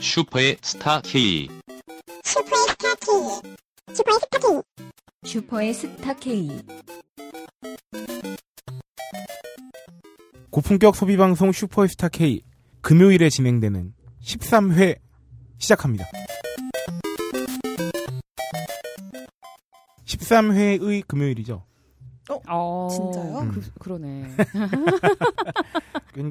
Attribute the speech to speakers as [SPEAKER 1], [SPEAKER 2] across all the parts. [SPEAKER 1] 슈퍼의 스타 K.
[SPEAKER 2] 슈퍼의 스타 K. 슈퍼의 스타 K.
[SPEAKER 3] 슈퍼의 스타 K.
[SPEAKER 4] 고품격 소비 방송 슈퍼스타 K 금요일에 진행되는 13회 시작합니다. 13회의 금요일이죠.
[SPEAKER 5] 어,
[SPEAKER 6] 진짜요?
[SPEAKER 4] 음.
[SPEAKER 5] 그, 러네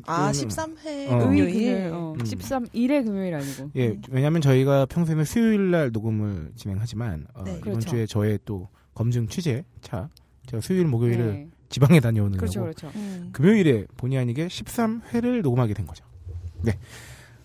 [SPEAKER 6] 아,
[SPEAKER 4] 음,
[SPEAKER 6] 13회
[SPEAKER 4] 어.
[SPEAKER 6] 금요일.
[SPEAKER 5] 어,
[SPEAKER 4] 음.
[SPEAKER 5] 13일의 금요일 아니고.
[SPEAKER 4] 예, 왜냐하면 저희가 평소에는 수요일 날 녹음을 진행하지만 어,
[SPEAKER 6] 네.
[SPEAKER 4] 이번
[SPEAKER 5] 그렇죠.
[SPEAKER 4] 주에 저의 또 검증 취재 차 제가 수요일 목요일을
[SPEAKER 5] 네.
[SPEAKER 4] 지방에 다녀오느라고
[SPEAKER 5] 그렇죠, 그렇죠.
[SPEAKER 6] 음.
[SPEAKER 4] 금요일에 본의 아니게 13회를 녹음하게 된 거죠. 네,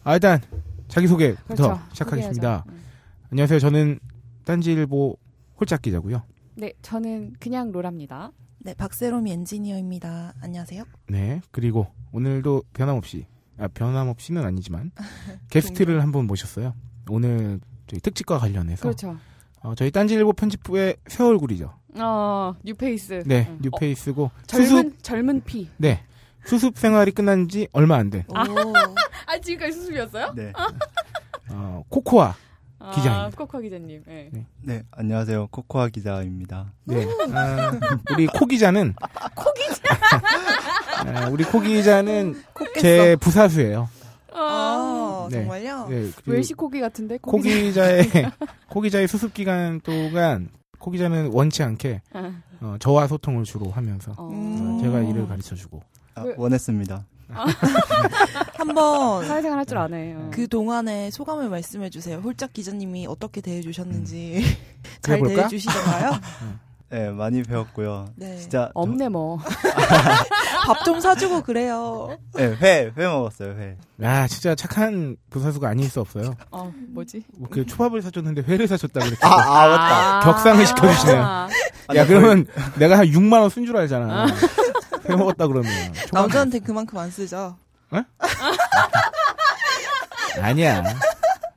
[SPEAKER 4] 아, 일단 자기 소개부터
[SPEAKER 5] 그렇죠.
[SPEAKER 4] 시작하겠습니다.
[SPEAKER 5] 소개하자. 음.
[SPEAKER 4] 안녕하세요. 저는 딴지일보 홀짝 기자고요.
[SPEAKER 5] 네, 저는 그냥 로라입니다.
[SPEAKER 6] 네, 박세롬이 엔지니어입니다. 안녕하세요.
[SPEAKER 4] 네. 그리고 오늘도 변함없이 아 변함없이는 아니지만 게스트를 한 분 모셨어요. 오늘 저희 특집과 관련해서
[SPEAKER 5] 그렇죠.
[SPEAKER 4] 어, 저희 딴지일보 편집부의 새 얼굴이죠.
[SPEAKER 5] 어, 뉴페이스.
[SPEAKER 4] 네.
[SPEAKER 5] 음.
[SPEAKER 4] 뉴페이스고
[SPEAKER 5] 어,
[SPEAKER 4] 수습
[SPEAKER 5] 젊은 젊은 피.
[SPEAKER 4] 네. 수습 생활이 끝난 지 얼마 안 된.
[SPEAKER 6] 오.
[SPEAKER 5] 아, 지금까지 수습이었어요?
[SPEAKER 7] 네.
[SPEAKER 4] 어, 코코아.
[SPEAKER 5] 아,
[SPEAKER 4] 기자입니다.
[SPEAKER 5] 코코 기자님. 네.
[SPEAKER 7] 네, 안녕하세요. 코코아 기자입니다.
[SPEAKER 4] 네.
[SPEAKER 5] 음.
[SPEAKER 4] 아, 우리 코 기자는 코 기자. 우리 코 기자는 제 부사수예요.
[SPEAKER 6] 아,
[SPEAKER 4] 네.
[SPEAKER 6] 정말요?
[SPEAKER 4] 네. 그리고
[SPEAKER 5] 웰시코기 어. 같은데
[SPEAKER 4] 코
[SPEAKER 5] 코기.
[SPEAKER 4] 기자의 코 기자의 수습 기간 동안 코 기자는 원치 않게
[SPEAKER 5] 아,
[SPEAKER 4] 어, 저와 소통을 주로 하면서
[SPEAKER 5] 어.
[SPEAKER 6] 음.
[SPEAKER 4] 제가 일을 가르쳐 주고
[SPEAKER 7] 아,
[SPEAKER 5] 왜-
[SPEAKER 7] 원했습니다.
[SPEAKER 6] 한번
[SPEAKER 5] 사회생활 할 줄 아네요. 어.
[SPEAKER 6] 그 동안의 소감을 말씀해 주세요. 홀짝 기자님이 어떻게 대해 주셨는지 잘
[SPEAKER 4] 음.
[SPEAKER 6] 대해
[SPEAKER 4] 그래볼까?
[SPEAKER 6] 주시던가요?
[SPEAKER 7] 네, 많이 배웠고요.
[SPEAKER 6] 네.
[SPEAKER 7] 진짜 저-
[SPEAKER 5] 없네 뭐.
[SPEAKER 6] 밥 좀 사주고 그래요.
[SPEAKER 7] 네, 회, 회 먹었어요. 회.
[SPEAKER 4] 야 진짜 착한 부사수가 아닐 수 없어요.
[SPEAKER 5] 어, 뭐지?
[SPEAKER 4] 그 초밥을 사줬는데 회를 사줬다 그랬지.
[SPEAKER 7] 아, 맞다.
[SPEAKER 4] 격상을 시켜주시네요.
[SPEAKER 5] 음.
[SPEAKER 4] 야 그러면 내가 한 6만 원 쓴 줄 알잖아.
[SPEAKER 5] 아.
[SPEAKER 4] 회 먹었다 그러면 초밥
[SPEAKER 6] 남자한테 아, 그만큼 안 쓰죠.
[SPEAKER 4] 아니야.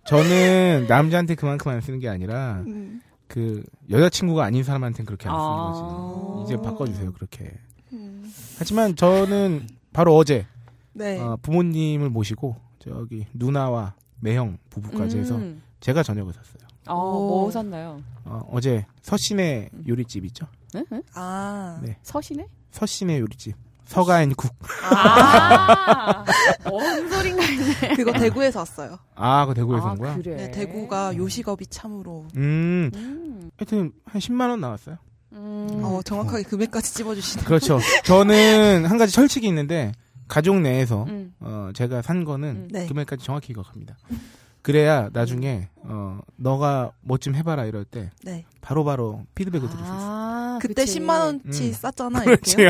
[SPEAKER 4] 저는 남자한테 그만큼 안 쓰는 게 아니라
[SPEAKER 6] 음.
[SPEAKER 4] 그 여자친구가 아닌 사람한테는 그렇게 안 쓰는 거지.
[SPEAKER 5] 아.
[SPEAKER 4] 이제 바꿔주세요 그렇게.
[SPEAKER 6] 음.
[SPEAKER 4] 하지만 저는 바로 어제
[SPEAKER 6] 네.
[SPEAKER 4] 어, 부모님을 모시고 저기 누나와 매형 부부까지 해서
[SPEAKER 5] 음.
[SPEAKER 4] 제가 저녁을 샀어요.
[SPEAKER 5] 어, 뭐 샀나요?
[SPEAKER 4] 어, 제 서신의 요리집 있죠.
[SPEAKER 5] 네? 네?
[SPEAKER 6] 아.
[SPEAKER 4] 네.
[SPEAKER 5] 서신에?
[SPEAKER 4] 서신의 요리집 서가인국.
[SPEAKER 5] 아, 뭔 소린가 했네.
[SPEAKER 6] 그거 대구에서 왔어요.
[SPEAKER 4] 아, 그 대구에서 온 거야?
[SPEAKER 5] 그래.
[SPEAKER 6] 네, 대구가 요식업이 참으로
[SPEAKER 4] 음,
[SPEAKER 5] 음.
[SPEAKER 4] 하여튼 한 10만 원 나왔어요.
[SPEAKER 5] 음.
[SPEAKER 6] 어, 정확하게 금액까지 찝어주시네.
[SPEAKER 4] 그렇죠. 저는 한 가지 철칙이 있는데 가족 내에서
[SPEAKER 5] 음.
[SPEAKER 4] 어, 제가 산 거는
[SPEAKER 5] 음.
[SPEAKER 6] 네.
[SPEAKER 4] 금액까지 정확히 기억합니다. 그래야 나중에 어, 너가 뭐 좀 해봐라 이럴 때
[SPEAKER 6] 네.
[SPEAKER 4] 바로바로 피드백을 드릴 수 있어요.
[SPEAKER 5] 아,
[SPEAKER 6] 그때
[SPEAKER 5] 그치.
[SPEAKER 6] 10만 원치
[SPEAKER 4] 음. 어.
[SPEAKER 6] 쌌잖아 이렇게요.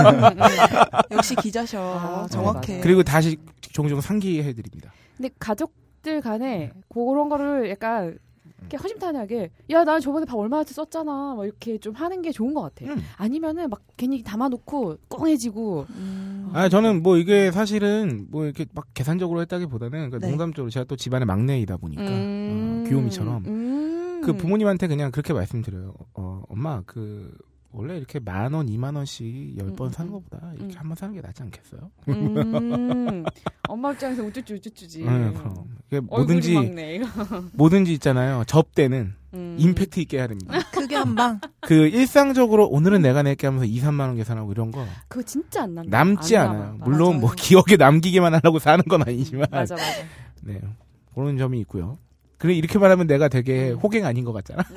[SPEAKER 6] 음. 역시 기자셔.
[SPEAKER 5] 아,
[SPEAKER 6] 정확해.
[SPEAKER 5] 맞아.
[SPEAKER 4] 네. 그리고 다시 종종 상기해드립니다.
[SPEAKER 5] 근데 가족들 간에
[SPEAKER 4] 네.
[SPEAKER 5] 그런 거를 약간
[SPEAKER 4] 음.
[SPEAKER 5] 이렇게 허심탄회하게 야, 나 저번에 밥 얼마나치 썼잖아. 막 이렇게 좀 하는 게 좋은 것 같아요.
[SPEAKER 4] 음.
[SPEAKER 5] 아니면은 막 괜히 담아놓고 꽁해지고
[SPEAKER 6] 음.
[SPEAKER 4] 아, 저는 뭐 이게 사실은 뭐 이렇게 막 계산적으로 했다기보다는 그러니까
[SPEAKER 6] 네.
[SPEAKER 4] 농담적으로 제가 또 집안의 막내이다 보니까
[SPEAKER 5] 음.
[SPEAKER 4] 어, 귀요미처럼
[SPEAKER 5] 음.
[SPEAKER 4] 그 부모님한테 그냥 그렇게 말씀드려요. 어, 엄마 그 원래 이렇게 만 원, 이만 원씩 열 번
[SPEAKER 5] 음,
[SPEAKER 4] 사는
[SPEAKER 5] 음.
[SPEAKER 4] 것보다 이렇게
[SPEAKER 5] 음.
[SPEAKER 4] 한 번 사는 게 낫지 않겠어요?
[SPEAKER 5] 음. 엄마 입장에서 우쭈쭈 우쭈쭈지.
[SPEAKER 4] 네, 그럼 이게
[SPEAKER 5] 얼굴이
[SPEAKER 4] 뭐든지
[SPEAKER 5] 막네, 이거.
[SPEAKER 4] 뭐든지 있잖아요. 접대는
[SPEAKER 5] 음.
[SPEAKER 4] 임팩트 있게 해야 됩니다.
[SPEAKER 6] 크게 한 방.
[SPEAKER 4] 그 일상적으로 오늘은 내가 낼게 하면서 2, 3만 원 계산하고 이런 거
[SPEAKER 5] 그거 진짜 안 남다.
[SPEAKER 4] 남지
[SPEAKER 5] 안
[SPEAKER 4] 않아요.
[SPEAKER 5] 남아.
[SPEAKER 4] 물론 뭐
[SPEAKER 6] 맞아요.
[SPEAKER 4] 기억에 남기게만 하려고 사는 건 아니지만
[SPEAKER 5] 맞아 맞아.
[SPEAKER 4] 네 그런 점이 있고요. 그래 이렇게 말하면 내가
[SPEAKER 5] 음.
[SPEAKER 4] 되게 호갱 아닌 것 같잖아.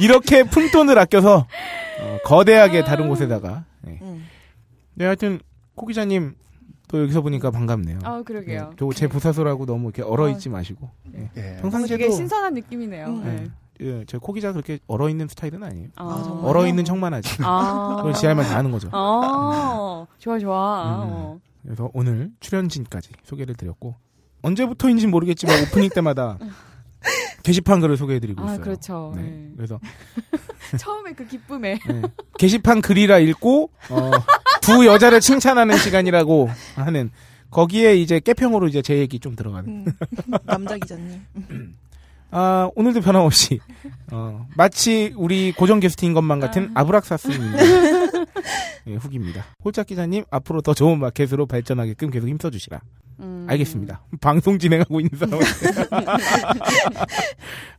[SPEAKER 4] 이렇게 품돈을 아껴서 어, 거대하게 다른 곳에다가 네,
[SPEAKER 6] 음.
[SPEAKER 4] 네 하여튼 코 기자님 또 여기서 보니까 반갑네요.
[SPEAKER 5] 아 그러게요.
[SPEAKER 4] 네, 저제 부사수라고 너무 이렇게 얼어 있지 마시고 예.
[SPEAKER 7] 예.
[SPEAKER 5] 어,
[SPEAKER 4] 평상시에도
[SPEAKER 5] 되게 신선한 느낌이네요.
[SPEAKER 6] 음.
[SPEAKER 5] 네.
[SPEAKER 4] 예, 저코 기자 그렇게 얼어 있는 스타일은 아니에요.
[SPEAKER 6] 아, 정말요?
[SPEAKER 4] 얼어 있는 척만 하지.
[SPEAKER 5] 아.
[SPEAKER 4] 그걸 지알만 다 하는 거죠.
[SPEAKER 5] 아, 좋아 좋아.
[SPEAKER 4] 음.
[SPEAKER 5] 어.
[SPEAKER 4] 그래서 오늘 출연진까지 소개를 드렸고 언제부터인지 는 모르겠지만 오프닝 때마다 게시판 글을 소개해드리고
[SPEAKER 5] 아,
[SPEAKER 4] 있어요.
[SPEAKER 5] 그렇죠.
[SPEAKER 4] 네.
[SPEAKER 5] 네.
[SPEAKER 4] 그래서
[SPEAKER 5] 처음에 그 기쁨에.
[SPEAKER 4] 네. 게시판 글이라 읽고 어, 두 여자를 칭찬하는 시간이라고 하는 거기에 이제 깨평으로 이제 제 얘기 좀 들어가는.
[SPEAKER 6] 음. 남자 기자님.
[SPEAKER 4] 아 오늘도 변함없이 어, 마치 우리 고정 게스트인 것만 같은
[SPEAKER 5] 아.
[SPEAKER 4] 아브락사스입니다. 예, 후기입니다. 홀짝 기자님 앞으로 더 좋은 마켓으로 발전하게끔 계속 힘써주시라.
[SPEAKER 5] 음.
[SPEAKER 4] 알겠습니다. 방송 진행하고 있는 사람.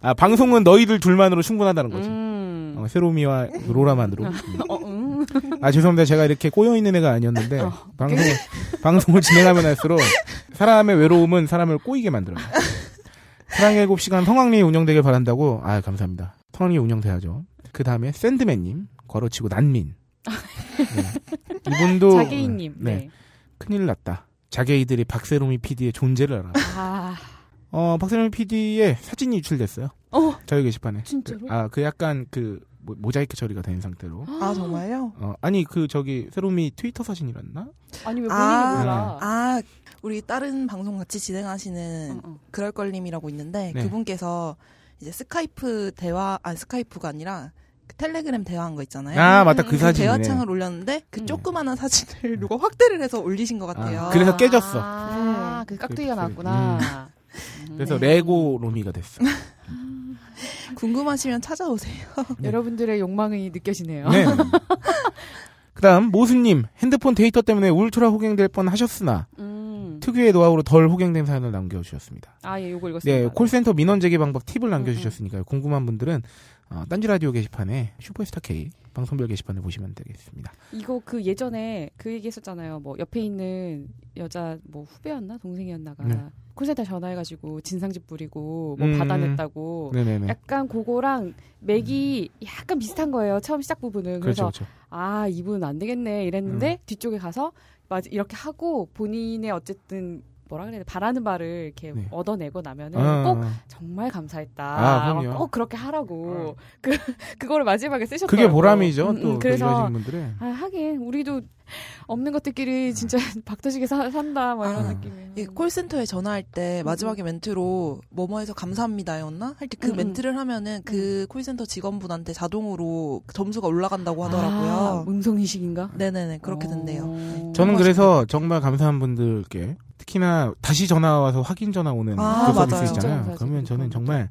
[SPEAKER 4] 아 방송은 너희들 둘만으로 충분하다는 거지.
[SPEAKER 5] 음.
[SPEAKER 4] 어, 세로미와 로라만으로.
[SPEAKER 5] 어, 음. 어,
[SPEAKER 4] 아 죄송합니다. 제가 이렇게 꼬여 있는 애가 아니었는데 방송 방송을 진행하면 할수록 사람의 외로움은 사람을 꼬이게 만들어요. 사랑의 일곱 시간 성황리 운영되길 바란다고. 아 감사합니다. 성황리 운영돼야죠. 그 다음에 샌드맨님 걸어치고 난민. 네. 이분도
[SPEAKER 5] 자기인님.
[SPEAKER 4] 네.
[SPEAKER 5] 네.
[SPEAKER 4] 큰일 났다. 자기들이 박세롬이 PD의 존재를 알아.
[SPEAKER 5] 아,
[SPEAKER 4] 어 박세롬 PD의 사진이 유출됐어요.
[SPEAKER 5] 어,
[SPEAKER 4] 저희 게시판에.
[SPEAKER 5] 진짜로?
[SPEAKER 4] 아그 약간 그 모- 모자이크 처리가 된 상태로.
[SPEAKER 6] 아 정말요?
[SPEAKER 4] 어 아니 그 저기 세롬이 트위터 사진이랬나?
[SPEAKER 5] 아니 왜 본인이
[SPEAKER 6] 아.
[SPEAKER 5] 몰라?
[SPEAKER 4] 네.
[SPEAKER 6] 아 우리 다른 방송 같이 진행하시는
[SPEAKER 5] 어, 어.
[SPEAKER 6] 그럴 걸님이라고 있는데
[SPEAKER 4] 네.
[SPEAKER 6] 그분께서 이제 스카이프 대화 아 스카이프가 아니라 그 텔레그램 대화한 거 있잖아요.
[SPEAKER 4] 아, 맞다. 그 사진이네.
[SPEAKER 6] 대화창을 올렸는데 그
[SPEAKER 5] 음.
[SPEAKER 6] 조그마한 사진을 누가 확대를 해서 올리신 것 같아요.
[SPEAKER 4] 아, 그래서 깨졌어.
[SPEAKER 5] 아, 그 깍두기가
[SPEAKER 4] 그-
[SPEAKER 5] 나왔구나. 음.
[SPEAKER 4] 그래서 레고 로미가 됐어.
[SPEAKER 5] 네.
[SPEAKER 6] 궁금하시면 찾아오세요.
[SPEAKER 4] 네.
[SPEAKER 5] 여러분들의 욕망이 느껴지네요.
[SPEAKER 4] 네. 그다음 모수님 핸드폰 데이터 때문에 울트라 호갱될 뻔 하셨으나
[SPEAKER 5] 음.
[SPEAKER 4] 특유의 노하우로 덜 호갱된 사연을 남겨주셨습니다.
[SPEAKER 5] 아, 예, 요거 읽었습니다. 네.
[SPEAKER 4] 네, 콜센터 민원 제기 방법 팁을 남겨주셨으니까요. 궁금한 분들은 어, 딴지 라디오 게시판에 슈퍼스타 K 방송별 게시판을 보시면 되겠습니다.
[SPEAKER 5] 이거 그 예전에 그 얘기했었잖아요. 뭐 옆에 있는 여자 뭐 후배였나 동생이었나가
[SPEAKER 4] 네.
[SPEAKER 5] 콜센터 전화해가지고 진상집 부리고 뭐
[SPEAKER 4] 음.
[SPEAKER 5] 받아냈다고.
[SPEAKER 4] 네네네.
[SPEAKER 5] 약간 그거랑 맥이 약간 비슷한 거예요. 처음 시작 부분은. 그래서
[SPEAKER 4] 그렇죠, 그렇죠. 음.
[SPEAKER 5] 아 이분 안 되겠네 이랬는데 뒤쪽에 가서 맞 이렇게 하고 본인의 어쨌든 뭐라 그래야 돼 바라는 바를 이렇게
[SPEAKER 4] 네.
[SPEAKER 5] 얻어내고 나면은
[SPEAKER 4] 아,
[SPEAKER 5] 꼭 정말 감사했다
[SPEAKER 4] 아, 그럼요. 아.
[SPEAKER 5] 꼭 그렇게 하라고 그 그거를 마지막에 쓰셨더라고
[SPEAKER 4] 그게 보람이죠.
[SPEAKER 5] 음, 음,
[SPEAKER 4] 또
[SPEAKER 5] 그래서
[SPEAKER 4] 그래서 분들의
[SPEAKER 5] 아, 하긴 우리도 없는 것들끼리 진짜 박터지게 사- 산다 막 이런
[SPEAKER 4] 아.
[SPEAKER 5] 느낌이에요.
[SPEAKER 6] 음. 이 콜센터에 전화할 때
[SPEAKER 5] 음.
[SPEAKER 6] 마지막에 멘트로 뭐뭐해서 감사합니다였나 할 때 그
[SPEAKER 5] 음, 음.
[SPEAKER 6] 멘트를 하면은 그 콜센터 직원분한테 자동으로 그 점수가 올라간다고
[SPEAKER 5] 아,
[SPEAKER 6] 하더라고요.
[SPEAKER 5] 음성 인식인가?
[SPEAKER 6] 네네네 그렇게
[SPEAKER 5] 어.
[SPEAKER 6] 된대요.
[SPEAKER 4] 저는 그래서 정말 감사한 분들께 특히나 다시 전화 와서 확인 전화 오는
[SPEAKER 6] 아,
[SPEAKER 4] 그 서비스
[SPEAKER 6] 맞아요.
[SPEAKER 5] 진짜
[SPEAKER 4] 있잖아요.
[SPEAKER 5] 감사하죠.
[SPEAKER 4] 그러면 저는 정말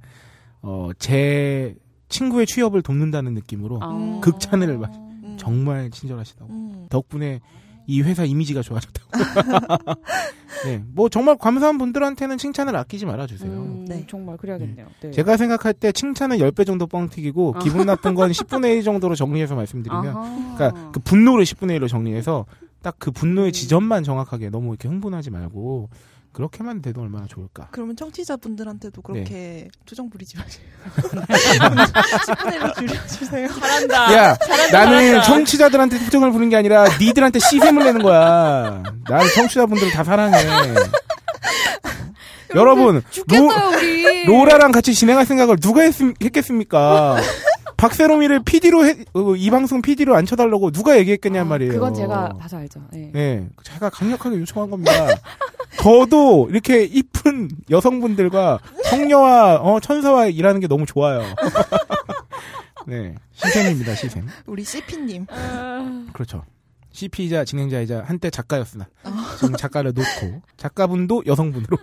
[SPEAKER 4] 어, 제 친구의 취업을 돕는다는 느낌으로
[SPEAKER 5] 아.
[SPEAKER 4] 극찬을 막-
[SPEAKER 6] 음.
[SPEAKER 4] 정말 친절하시다고
[SPEAKER 6] 음.
[SPEAKER 4] 덕분에 이 회사 이미지가 좋아졌다고. 네, 뭐 정말 감사한 분들한테는 칭찬을 아끼지 말아 주세요.
[SPEAKER 5] 음,
[SPEAKER 6] 네.
[SPEAKER 5] 정말 그래야겠네요. 네.
[SPEAKER 4] 음. 제가 생각할 때 칭찬은 10배 정도 뻥튀기고
[SPEAKER 5] 아.
[SPEAKER 4] 기분 나쁜 건 10분의 1 정도로 정리해서 말씀드리면
[SPEAKER 5] 아하.
[SPEAKER 4] 그러니까 그 분노를 10분의 1로 정리해서 딱 그 분노의 지점만 정확하게 너무 이렇게 흥분하지 말고 그렇게만 돼도 얼마나 좋을까.
[SPEAKER 6] 그러면 청취자분들한테도 그렇게
[SPEAKER 5] 네.
[SPEAKER 6] 투정 부리지 마세요. 10분의 1로 줄여주세요.
[SPEAKER 5] 잘한다.
[SPEAKER 4] 야, 나는 청취자들한테 특정을 부는 게 아니라 니들한테 시샘을 내는 거야. 나는 청취자분들 다 사랑해. 여러분, 로,
[SPEAKER 5] 죽겠어요 우리.
[SPEAKER 4] 로라랑 같이 진행할 생각을 누가 했, 겠습니까 박세롬이를 PD로 어, 이 방송 PD로 앉혀달라고 누가 얘기했겠냐
[SPEAKER 5] 아,
[SPEAKER 4] 말이에요.
[SPEAKER 5] 그건 제가 봐서 알죠. 예.
[SPEAKER 4] 예, 제가 강력하게 요청한 겁니다. 저도 이렇게 이쁜 여성분들과 성녀와 어, 천사와 일하는 게 너무 좋아요. 네, 시샘입니다, 시샘.
[SPEAKER 6] 우리 CP님.
[SPEAKER 5] 아,
[SPEAKER 4] 그렇죠. CP이자 진행자이자 한때 작가였으나 지금 작가를 놓고 작가분도 여성분으로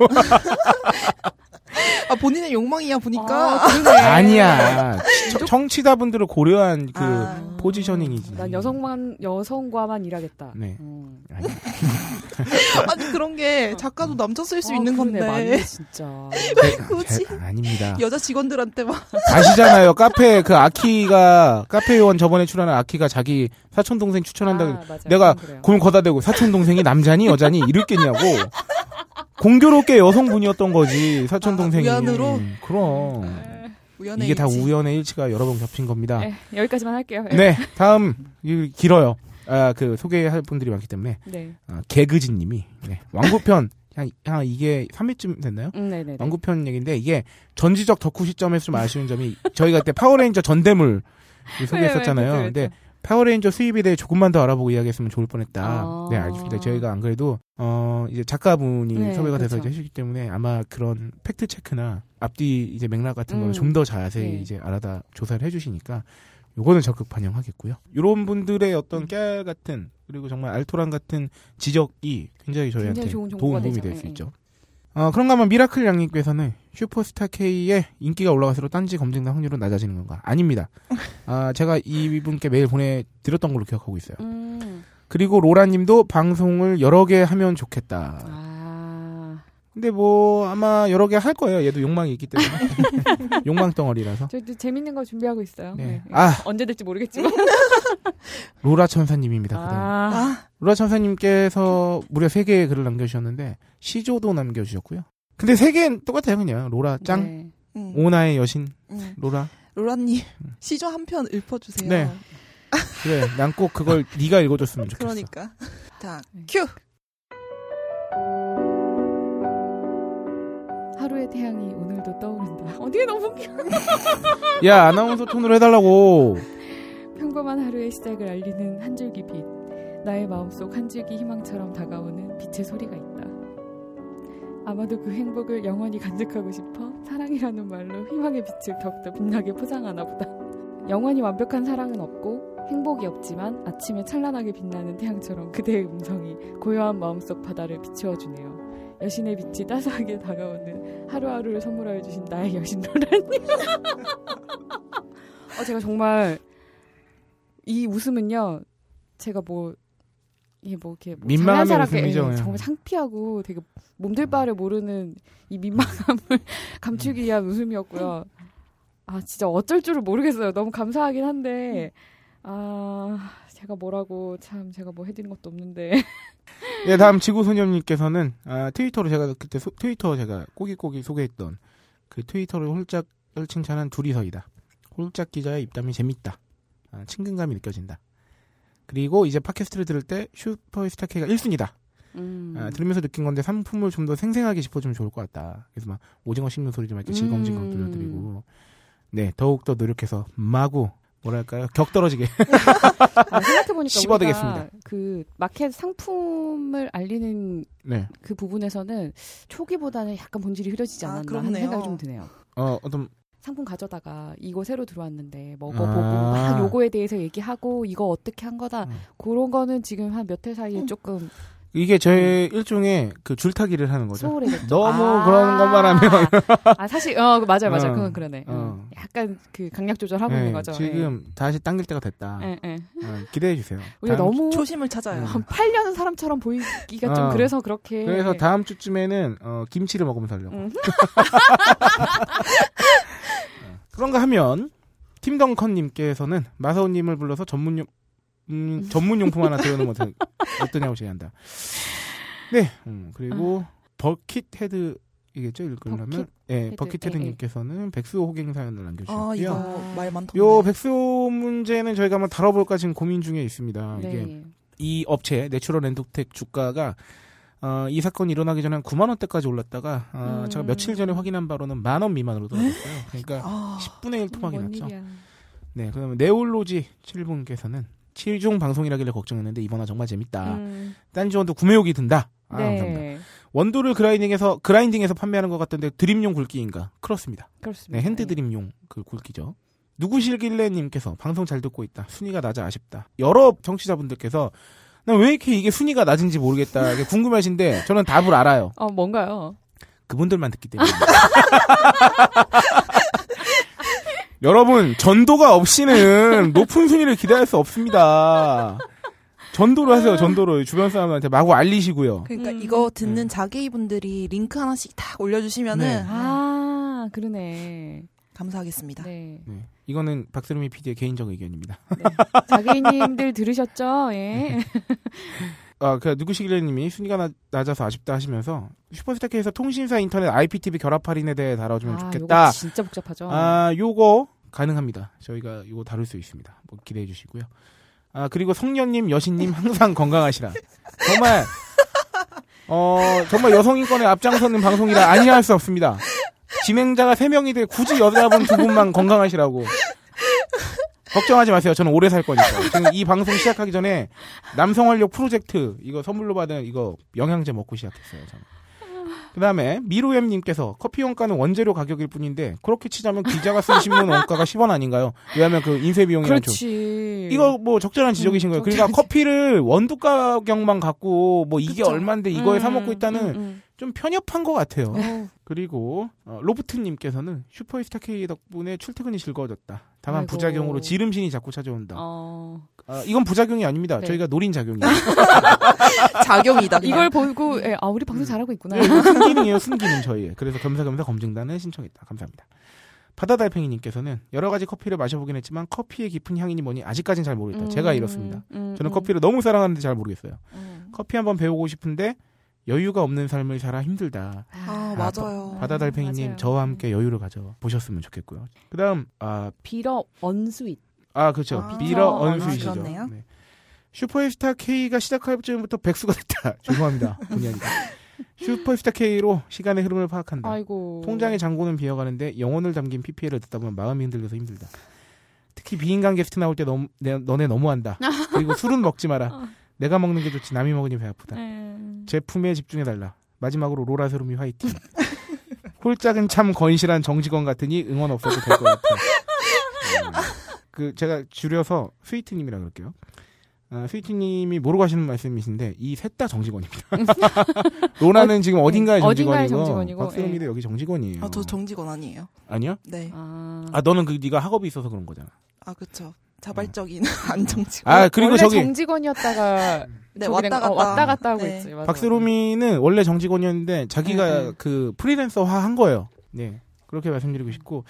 [SPEAKER 6] 아 본인의 욕망이야 보니까.
[SPEAKER 5] 아, 그러네.
[SPEAKER 4] 아니야 청- 청취자분들을 고려한 그
[SPEAKER 6] 아.
[SPEAKER 4] 포지셔닝이지.
[SPEAKER 5] 난 여성만 여성과만 일하겠다.
[SPEAKER 4] 네.
[SPEAKER 5] 음.
[SPEAKER 4] 아니,
[SPEAKER 6] 아니 그런 게
[SPEAKER 4] 음.
[SPEAKER 6] 작가도 남자 쓸 수
[SPEAKER 5] 아,
[SPEAKER 6] 있는
[SPEAKER 5] 그러네.
[SPEAKER 6] 건데
[SPEAKER 5] 맞네 진짜.
[SPEAKER 4] 제-
[SPEAKER 6] 굳이?
[SPEAKER 4] 제- 아닙니다.
[SPEAKER 6] 여자 직원들한테 막
[SPEAKER 4] 아시잖아요. 카페 그 아키가 카페 요원 저번에 출연한 아키가 자기 사촌 동생 추천한다.
[SPEAKER 5] 아,
[SPEAKER 4] 고
[SPEAKER 5] 맞아요.
[SPEAKER 4] 내가
[SPEAKER 5] 그건 그래요.
[SPEAKER 4] 곰 거다 대고 사촌 동생이 남자니 여자니 이랬겠냐고. 공교롭게 여성분이었던 거지 사촌
[SPEAKER 6] 아,
[SPEAKER 4] 동생이.
[SPEAKER 6] 우연으로?
[SPEAKER 4] 그럼
[SPEAKER 6] 우연의
[SPEAKER 4] 이게 다
[SPEAKER 6] 일치.
[SPEAKER 4] 우연의 일치가 여러 번 겹친 겁니다.
[SPEAKER 5] 예, 여기까지만 할게요. 예.
[SPEAKER 4] 네, 다음 이 길어요. 아, 그 소개할 분들이 많기 때문에
[SPEAKER 5] 네.
[SPEAKER 4] 아, 개그진님이 네, 왕구편 한, 한 이게 3회쯤 됐나요?
[SPEAKER 5] 음, 네네.
[SPEAKER 4] 왕구편 얘기인데 이게 전지적 덕후 시점에서 좀 아쉬운 점이 저희가 그때 파워레인저 전대물 소개했었잖아요.
[SPEAKER 5] 네, 네, 그쵸,
[SPEAKER 4] 근데 파워레인저 수입에 대해 조금만 더 알아보고 이야기했으면 좋을 뻔했다.
[SPEAKER 5] 아.
[SPEAKER 4] 네, 알겠습니다. 저희가 안 그래도 어 이제 작가분이
[SPEAKER 5] 네,
[SPEAKER 4] 섭외가 돼서 이제
[SPEAKER 5] 그렇죠.
[SPEAKER 4] 해주기 때문에 아마 그런 팩트 체크나 앞뒤 이제 맥락 같은 걸
[SPEAKER 5] 음.
[SPEAKER 4] 좀 더 자세히
[SPEAKER 5] 네.
[SPEAKER 4] 이제 알아다 조사를 해주시니까 요거는 적극 반영하겠고요. 이런 분들의
[SPEAKER 5] 음.
[SPEAKER 4] 어떤 깨알 같은 그리고 정말 알토란 같은 지적이 굉장히 저희한테
[SPEAKER 5] 굉장히 좋은
[SPEAKER 4] 도움
[SPEAKER 5] 정보가
[SPEAKER 4] 도움이
[SPEAKER 5] 되죠.
[SPEAKER 4] 될 수
[SPEAKER 5] 예,
[SPEAKER 4] 있죠. 어, 그런가 하면 미라클 양님께서는 슈퍼스타 K의 인기가 올라갈수록 딴지 검증당 확률은 낮아지는 건가? 아닙니다. 아, 제가 이분께 메일 보내드렸던 걸로 기억하고 있어요.
[SPEAKER 5] 음.
[SPEAKER 4] 그리고 로라님도 방송을 여러 개 하면 좋겠다.
[SPEAKER 5] 아.
[SPEAKER 4] 근데 뭐 아마 여러 개 할 거예요. 얘도 욕망이 있기 때문에 욕망 덩어리라서.
[SPEAKER 5] 저도 재밌는 거 준비하고 있어요.
[SPEAKER 4] 네.
[SPEAKER 5] 네.
[SPEAKER 4] 아
[SPEAKER 5] 언제 될지 모르겠지만.
[SPEAKER 4] 로라 천사님입니다. 그다음.
[SPEAKER 5] 아,
[SPEAKER 6] 아,
[SPEAKER 4] 로라 천사님께서 무려 세 개의 글을 남겨주셨는데 시조도 남겨주셨고요. 근데 세 개는 똑같아요 그냥 로라 짱
[SPEAKER 5] 네.
[SPEAKER 6] 음,
[SPEAKER 4] 오나의 여신
[SPEAKER 6] 음.
[SPEAKER 4] 로라.
[SPEAKER 6] 로라님 시조 한 편 읊어주세요.
[SPEAKER 4] 음. 네. 그래 난 꼭 그걸 네가 읽어줬으면 좋겠어.
[SPEAKER 6] 그러니까. 자, 큐.
[SPEAKER 5] 하루의 태양이 오늘도 떠오른다. 어디에 너무 웃겨.
[SPEAKER 4] 야 아나운서 톤으로 해달라고.
[SPEAKER 5] 평범한 하루의 시작을 알리는 한 줄기 빛. 나의 마음속 한 줄기 희망처럼 다가오는 빛의 소리가 있다. 아마도 그 행복을 영원히 간직하고 싶어 사랑이라는 말로 희망의 빛을 더욱더 빛나게 포장하나 보다. 영원히 완벽한 사랑은 없고 행복이 없지만 아침에 찬란하게 빛나는 태양처럼 그대의 음성이 고요한 마음속 바다를 비추어주네요. 여신의 빛이 따스하게 다가오는 하루하루를 선물하여 주신 나의 여신 노라님. 어, 제가 정말 이 웃음은요, 제가 뭐, 이게 뭐 이렇게 뭐
[SPEAKER 4] 민망함의
[SPEAKER 5] 장난스럽게,
[SPEAKER 4] 웃음이죠,
[SPEAKER 5] 예,
[SPEAKER 4] 예.
[SPEAKER 5] 정말 창피하고 되게 몸둘 바를 모르는 이 민망함을 감추기 위한 웃음이었고요. 아 진짜 어쩔 줄을 모르겠어요. 너무 감사하긴 한데 아 제가 뭐라고 참 제가 뭐 해드린 것도 없는데
[SPEAKER 4] 예, 다음 지구소녀님께서는 아, 트위터로 제가 그때 소- 트위터 제가 꼬기꼬기 소개했던 그 트위터를 홀짝을 칭찬한 둘이서이다. 홀짝 기자의 입담이 재밌다. 아, 친근감이 느껴진다. 그리고 이제 팟캐스트를 들을 때 슈퍼스타 K가 1순위다.
[SPEAKER 5] 음.
[SPEAKER 4] 아, 들으면서 느낀 건데 상품을 좀 더 생생하게 짚어주면 좋을 것 같다. 그래서 막 오징어 씹는 소리 좀 이렇게 질겅질겅
[SPEAKER 5] 음.
[SPEAKER 4] 들려드리고 네 더욱더 노력해서 마구 뭐랄까요 격떨어지게
[SPEAKER 5] 아, 생각해보니까
[SPEAKER 4] 씹어드리겠습니다.
[SPEAKER 5] 우리가 그 마켓 상품을 알리는
[SPEAKER 4] 네
[SPEAKER 5] 그 부분에서는 초기보다는 약간 본질이 흐려지지
[SPEAKER 6] 아,
[SPEAKER 5] 않았나 하는
[SPEAKER 6] 그렇네요.
[SPEAKER 5] 생각이 좀 드네요.
[SPEAKER 4] 어, 어떤
[SPEAKER 5] 상품 가져다가 이거 새로 들어왔는데 먹어보고
[SPEAKER 4] 아.
[SPEAKER 5] 막 요거에 대해서 얘기하고 이거 어떻게 한 거다
[SPEAKER 4] 음.
[SPEAKER 5] 그런 거는 지금 한 몇 해
[SPEAKER 6] 음.
[SPEAKER 5] 사이에 조금
[SPEAKER 4] 이게 저의 일종의 그 줄타기를 하는 거죠.
[SPEAKER 5] 음. 소홀해졌죠.
[SPEAKER 4] 너무
[SPEAKER 5] 아.
[SPEAKER 4] 그런 것만 하면
[SPEAKER 5] 아 사실 어 맞아요 맞아요
[SPEAKER 4] 어,
[SPEAKER 5] 그건 그러네.
[SPEAKER 4] 어.
[SPEAKER 5] 약간 그 강약 조절하고
[SPEAKER 4] 네,
[SPEAKER 5] 있는 거죠.
[SPEAKER 4] 지금 다시 당길 때가 됐다.
[SPEAKER 5] 예. 예, 예.
[SPEAKER 4] 어, 기대해 주세요.
[SPEAKER 5] 우리가
[SPEAKER 4] 다음
[SPEAKER 5] 너무
[SPEAKER 6] 초심을 찾아요.
[SPEAKER 4] 음.
[SPEAKER 5] 한 8년 사람처럼 보이기가
[SPEAKER 4] 어.
[SPEAKER 5] 좀 그래서 그렇게
[SPEAKER 4] 주- 그래서 다음 주쯤에는 어, 김치를 먹으면서 하려고.
[SPEAKER 5] 예. 음.
[SPEAKER 4] 어, 그런가 하면 팀덩컨님께서는 마사오님을 불러서 전문용 음, 전문용품 하나 들여놓은 것 어떠- 어떠냐고 제안한다. 네, 음, 그리고
[SPEAKER 5] 아.
[SPEAKER 4] 버킷헤드이겠죠 읽으려면. 예,
[SPEAKER 5] 버킷헤드, 예, 예.
[SPEAKER 4] 버킷헤드님께서는 백수 호갱 사연을
[SPEAKER 6] 아,
[SPEAKER 4] 남겨주셨고요.
[SPEAKER 6] 이거 말 많던데.
[SPEAKER 4] 요 백수 문제는 저희가 한번 다뤄볼까 지금 고민 중에 있습니다.
[SPEAKER 5] 네.
[SPEAKER 4] 이게 이 업체 내추럴 렌드텍 주가가 어, 이 사건이 일어나기 전에 한 9만 원대까지 올랐다가 어,
[SPEAKER 5] 음.
[SPEAKER 4] 제가 며칠 전에 확인한 바로는 만 원 미만으로 떨어졌어요. 그러니까
[SPEAKER 6] 아,
[SPEAKER 4] 10분의 1 토막이
[SPEAKER 5] 뭔
[SPEAKER 4] 났죠.
[SPEAKER 5] 일이야.
[SPEAKER 4] 네, 그다음에 네올로지 7분께서는 7종 방송이라길래 걱정했는데 이번화 정말 재밌다.
[SPEAKER 5] 음,
[SPEAKER 4] 딴지원도 구매욕이 든다. 아, 감사합니다.
[SPEAKER 5] 네.
[SPEAKER 4] 원두를 그라인딩해서 그라인딩해서 판매하는 것 같던데 드림용 굵기인가? 그렇습니다.
[SPEAKER 5] 그렇습니다.
[SPEAKER 4] 네, 핸드 드림용 그 굵기죠. 누구실길래님께서 방송 잘 듣고 있다. 순위가 낮아 아쉽다. 여러 정치자분들께서 난 왜 이렇게 이게 순위가 낮은지 모르겠다. 이게 궁금하신데 저는 답을 알아요.
[SPEAKER 5] 어 뭔가요?
[SPEAKER 4] 그분들만 듣기 때문에. 여러분 전도가 없이는 높은 순위를 기대할 수 없습니다. 전도를 하세요. 전도를 주변 사람한테 마구 알리시고요.
[SPEAKER 6] 그러니까
[SPEAKER 5] 음.
[SPEAKER 6] 이거 듣는
[SPEAKER 4] 음.
[SPEAKER 6] 자기 분들이 링크 하나씩 딱
[SPEAKER 4] 네.
[SPEAKER 6] 올려주시면은 아,
[SPEAKER 5] 아 그러네.
[SPEAKER 6] 감사하겠습니다.
[SPEAKER 5] 네.
[SPEAKER 4] 네, 이거는 박세롬이 PD의 개인적 의견입니다.
[SPEAKER 5] 자기님들 들으셨죠?
[SPEAKER 4] 네,
[SPEAKER 5] 예.
[SPEAKER 4] 아, 그 누구시길래님이 순위가 나- 낮아서 아쉽다 하시면서 슈퍼스타K에서 통신사 인터넷 IPTV 결합 할인에 대해 다뤄주면
[SPEAKER 5] 아,
[SPEAKER 4] 좋겠다.
[SPEAKER 5] 요거 진짜 복잡하죠.
[SPEAKER 4] 아, 요거 가능합니다. 저희가 요거 다룰 수 있습니다. 뭐 기대해 주시고요. 아, 그리고 성년님, 여신님 항상 건강하시라. 정말 어, 정말 여성 인권에 앞장서는 방송이라 아니할 수 없습니다. 진행자가 세명이 돼 굳이 여자분 두 분만 건강하시라고. 걱정하지 마세요. 저는 오래 살 거니까. 지금 이 방송 시작하기 전에 남성활력 프로젝트 이거 선물로 받은 이거 영양제 먹고 시작했어요. 저는. 그다음에 미루엠님께서 커피 원가는 원재료 가격일 뿐인데 그렇게 치자면 기자가 쓴 신문 원가가 10원 아닌가요? 왜냐하면 그 인쇄 비용이랑 좀
[SPEAKER 5] 그렇지.
[SPEAKER 4] 이거 뭐 적절한 지적이신
[SPEAKER 5] 음,
[SPEAKER 4] 거예요. 그러니까 커피를 원두 가격만 갖고 뭐 이게
[SPEAKER 6] 그쵸.
[SPEAKER 4] 얼마인데 이거에 사 먹고 있다는
[SPEAKER 5] 음,
[SPEAKER 4] 좀 편협한 것 같아요.
[SPEAKER 5] 음, 음.
[SPEAKER 4] 그리고 어, 로프트님께서는 슈퍼스타 K 덕분에 출퇴근이 즐거워졌다. 다만
[SPEAKER 5] 아이고.
[SPEAKER 4] 부작용으로 지름신이 자꾸 찾아온다.
[SPEAKER 5] 어,
[SPEAKER 4] 아, 이건 부작용이 아닙니다.
[SPEAKER 5] 네. 아.
[SPEAKER 4] 저희가 노린 작용이에요.
[SPEAKER 6] 작용이다.
[SPEAKER 4] 아,
[SPEAKER 5] 이걸 보고 예, 아 우리
[SPEAKER 4] 음.
[SPEAKER 5] 방송 잘하고 있구나.
[SPEAKER 4] 예, 네, 순기능이에요, 순기능 저희. 그래서 겸사겸사 검증단을 신청했다. 감사합니다. 바다달팽이님께서는 여러 가지 커피를 마셔보긴 했지만 커피의 깊은 향이니 뭐니 아직까진 잘 모르겠다. 제가
[SPEAKER 5] 음,
[SPEAKER 4] 이렇습니다.
[SPEAKER 5] 음,
[SPEAKER 4] 저는
[SPEAKER 5] 음.
[SPEAKER 4] 커피를 너무 사랑하는데 잘 모르겠어요.
[SPEAKER 6] 음.
[SPEAKER 4] 커피 한번 배우고 싶은데 여유가 없는 삶을 살아 힘들다.
[SPEAKER 6] 아, 맞아요.
[SPEAKER 4] 바다달팽이님
[SPEAKER 5] 음, 맞아요.
[SPEAKER 4] 저와 함께 여유를 가져 보셨으면 좋겠고요. 그다음 아,
[SPEAKER 1] 빌어 언스윗.
[SPEAKER 4] 아 그렇죠
[SPEAKER 6] 아,
[SPEAKER 4] 미러
[SPEAKER 5] 아,
[SPEAKER 4] 언수이시죠.
[SPEAKER 6] 그렇네요.
[SPEAKER 4] 네. 슈퍼스타 K가 시작할 즈음부터 백수가 됐다. 죄송합니다 본의 아니다. 슈퍼스타 K로 시간의 흐름을 파악한다.
[SPEAKER 5] 아이고.
[SPEAKER 4] 음. 통장의 잔고는 비어가는데 영혼을 담긴 PPL을 듣다 보면 마음이 흔들려서 힘들다. 특히 비인간 게스트 나올 때 너무, 내- 너네 너무한다. 그리고 술은 먹지
[SPEAKER 5] 어.
[SPEAKER 4] 마라. 내가 먹는 게 좋지 남이 먹으니 배 아프다. 네.
[SPEAKER 5] 음.
[SPEAKER 4] 제품에 집중해달라. 마지막으로 로라 세롬이 화이팅. 홀짝은 참 건실한 정직원 같으니 응원 없어도 될 것 같아. 그 제가 줄여서 스위트님이라 그럴게요. 아, 스위트님이 모르고 하시는 말씀이신데 이 셋 다 정직원입니다. 로라는 지금 어딘가의
[SPEAKER 5] 네,
[SPEAKER 4] 정직원이고 예.
[SPEAKER 5] 어딘가의 정직원이고,
[SPEAKER 4] 박세롬이도 여기 정직원이에요.
[SPEAKER 6] 아, 저 정직원 아니에요.
[SPEAKER 4] 아니요?
[SPEAKER 6] 네.
[SPEAKER 5] 아.
[SPEAKER 4] 아 너는 그 네가 학업이 있어서 그런 거잖아.
[SPEAKER 6] 아, 그쵸. 자발적인 안정직원.
[SPEAKER 4] 아 그리고
[SPEAKER 5] 원래
[SPEAKER 4] 저기
[SPEAKER 5] 정직원이었다가
[SPEAKER 6] 네,
[SPEAKER 5] 저기
[SPEAKER 6] 왔다
[SPEAKER 5] 된-
[SPEAKER 6] 갔다.
[SPEAKER 5] 어, 왔다 갔다 하고
[SPEAKER 6] 네.
[SPEAKER 5] 있지. 맞아.
[SPEAKER 4] 박세롬이는 원래 정직원이었는데
[SPEAKER 5] 네,
[SPEAKER 4] 자기가
[SPEAKER 5] 네.
[SPEAKER 4] 그 프리랜서화 한 거예요. 네. 그렇게 말씀드리고 싶고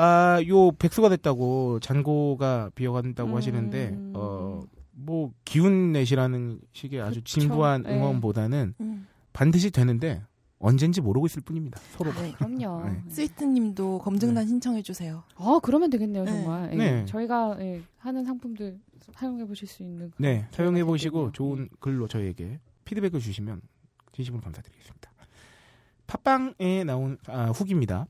[SPEAKER 4] 아, 요 백수가 됐다고 잔고가 비어간다고
[SPEAKER 5] 음.
[SPEAKER 4] 하시는데 어 뭐 기운 내시라는 식의 아주
[SPEAKER 5] 그쵸.
[SPEAKER 4] 진부한
[SPEAKER 5] 네.
[SPEAKER 4] 응원보다는
[SPEAKER 6] 음.
[SPEAKER 4] 반드시 되는데 언젠지 모르고 있을 뿐입니다. 서로.
[SPEAKER 6] 네.
[SPEAKER 5] 그럼요.
[SPEAKER 4] 네.
[SPEAKER 6] 스위트님도 검증단 신청해주세요.
[SPEAKER 5] 아 그러면 되겠네요
[SPEAKER 6] 네.
[SPEAKER 5] 정말. 예.
[SPEAKER 4] 네.
[SPEAKER 5] 저희가 예, 하는 상품들 사용해 보실 수 있는. 그런
[SPEAKER 4] 네, 사용해 보시고
[SPEAKER 5] 기회가
[SPEAKER 4] 좋은 글로 저희에게 피드백을 주시면 진심으로 감사드리겠습니다. 팟빵에 나온 아, 후기입니다.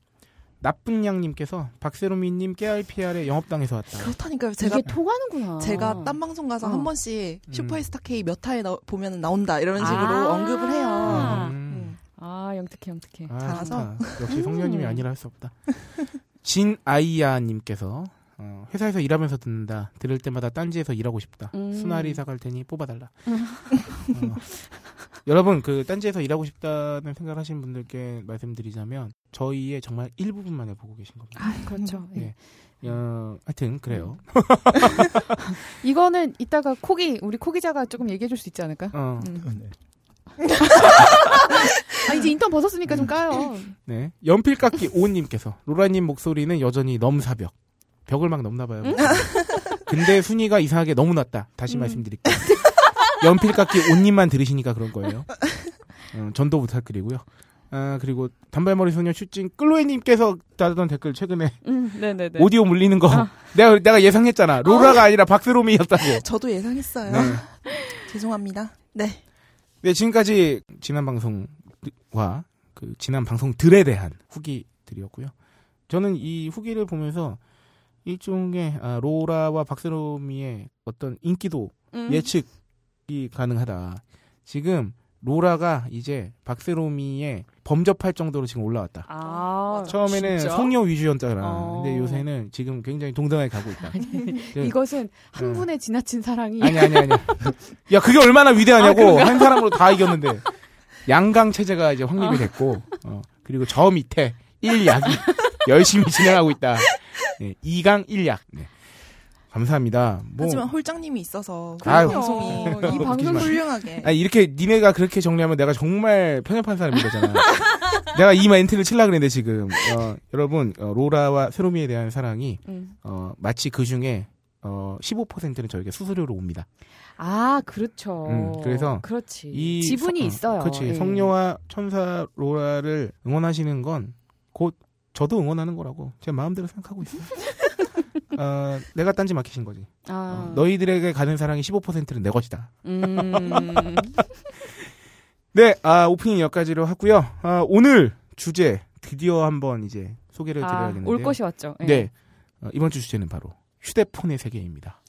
[SPEAKER 4] 나쁜 양님께서 박세롬이님 깨알피알에 영업당해서 왔다.
[SPEAKER 6] 그렇다니까요.
[SPEAKER 1] 이게
[SPEAKER 6] 제가
[SPEAKER 5] 아.
[SPEAKER 1] 통하는구나.
[SPEAKER 6] 제가 딴 방송 가서
[SPEAKER 1] 어.
[SPEAKER 6] 한 번씩
[SPEAKER 4] 음.
[SPEAKER 6] 슈퍼스타 K 몇 화에 나, 보면 나온다 이런 식으로
[SPEAKER 5] 아.
[SPEAKER 6] 언급을 해요.
[SPEAKER 5] 아.
[SPEAKER 4] 음.
[SPEAKER 6] 음.
[SPEAKER 5] 아 영특해 영특해.
[SPEAKER 4] 아,
[SPEAKER 6] 잘하죠?
[SPEAKER 4] 좋다. 역시 성녀님이 아니라 할 수 없다. 진아이야님께서 어, 회사에서 일하면서 듣는다. 들을 때마다 딴지에서 일하고 싶다.
[SPEAKER 5] 음.
[SPEAKER 4] 수나리 사갈 테니 뽑아달라. 어, 여러분 그 딴지에서 일하고 싶다는 생각하시는 분들께 말씀드리자면 저희의 정말 일부분만을 보고 계신 겁니다.
[SPEAKER 5] 아 그렇죠. 예.
[SPEAKER 4] 네. 어, 하여튼 그래요.
[SPEAKER 5] 이거는 이따가 코기 우리 코기자가 조금 얘기해 줄 수 있지 않을까?
[SPEAKER 4] 어,
[SPEAKER 7] 네.
[SPEAKER 5] 아 이제 인턴 벗었으니까
[SPEAKER 4] 음.
[SPEAKER 5] 좀 까요.
[SPEAKER 4] 네. 연필깎이 오님께서 로라님 목소리는 여전히 넘사벽. 벽을 막 넘나봐요. 근데 순위가 이상하게 너무 낮다. 다시
[SPEAKER 5] 음.
[SPEAKER 4] 말씀드릴게요. 연필깎이 오님만 들으시니까 그런 거예요. 어, 전도 부탁드리고요. 아, 그리고 단발머리 소녀 슈진 끌로이님께서 달던 댓글 최근에
[SPEAKER 5] 음, 네네네.
[SPEAKER 4] 오디오 물리는 거
[SPEAKER 5] 아. 어.
[SPEAKER 4] 내가 내가 예상했잖아. 로라가 아니라 박스롬이었다고.
[SPEAKER 6] 저도 예상했어요.
[SPEAKER 4] 네.
[SPEAKER 6] 죄송합니다. 네.
[SPEAKER 4] 네, 지금까지 지난 방송과 그 지난 방송들에 대한 후기들이었고요. 저는 이 후기를 보면서 일종의 아, 로라와 박세롬이의 어떤 인기도
[SPEAKER 5] 음.
[SPEAKER 4] 예측이 가능하다. 지금 로라가 이제 박세롬이의 범접할 정도로 지금 올라왔다.
[SPEAKER 5] 아
[SPEAKER 4] 처음에는
[SPEAKER 5] 진짜?
[SPEAKER 4] 성녀 위주였잖아.
[SPEAKER 5] 어.
[SPEAKER 4] 근데 요새는 지금 굉장히 동등하게 가고 있다. 네.
[SPEAKER 5] 이것은 한
[SPEAKER 4] 네.
[SPEAKER 5] 분의 지나친 사랑이
[SPEAKER 4] 아니 아니 아니. 야 그게 얼마나 위대하냐고
[SPEAKER 5] 아,
[SPEAKER 4] 한 사람으로 다 이겼는데 양강 체제가 이제 확립이 됐고 어, 그리고 저 밑에 1약이 열심히 진행하고 있다. 네, 2강 1약. 네. 감사합니다. 뭐
[SPEAKER 6] 하지만 홀장님이 있어서
[SPEAKER 4] 아유.
[SPEAKER 6] 이 방송이
[SPEAKER 5] 이
[SPEAKER 4] 웃기지
[SPEAKER 5] 방송
[SPEAKER 4] 마.
[SPEAKER 6] 훌륭하게
[SPEAKER 4] 아니, 이렇게 니네가 그렇게 정리하면 내가 정말 편협한 사람이 되잖아. 내가 이 멘트를 칠라 그랬는데 지금 어, 여러분 어, 로라와 세로미에 대한 사랑이
[SPEAKER 5] 음.
[SPEAKER 4] 어, 마치 그 중에 어, 15%는 저에게 수수료로 옵니다.
[SPEAKER 5] 아 그렇죠.
[SPEAKER 4] 음, 그래서
[SPEAKER 5] 그렇지.
[SPEAKER 4] 이
[SPEAKER 5] 예. 지분이
[SPEAKER 4] 성- 어,
[SPEAKER 5] 있어요.
[SPEAKER 4] 그렇지.
[SPEAKER 5] 예.
[SPEAKER 4] 성녀와 천사 로라를 응원하시는 건 곧 저도 응원하는 거라고 제 마음대로 생각하고 있어요. 어, 내가 딴지 맡기신 거지.
[SPEAKER 5] 아,
[SPEAKER 4] 어, 너희들에게 가는 사랑의 15%는 내 것이다.
[SPEAKER 5] 음.
[SPEAKER 4] 네, 아, 오프닝 여기까지로 하고요. 아, 오늘 주제 드디어 한번 이제 소개를
[SPEAKER 5] 아,
[SPEAKER 4] 드려야겠는데.
[SPEAKER 5] 올 것이 왔죠. 예.
[SPEAKER 4] 네. 어, 이번 주 주제는 바로 휴대폰의 세계입니다.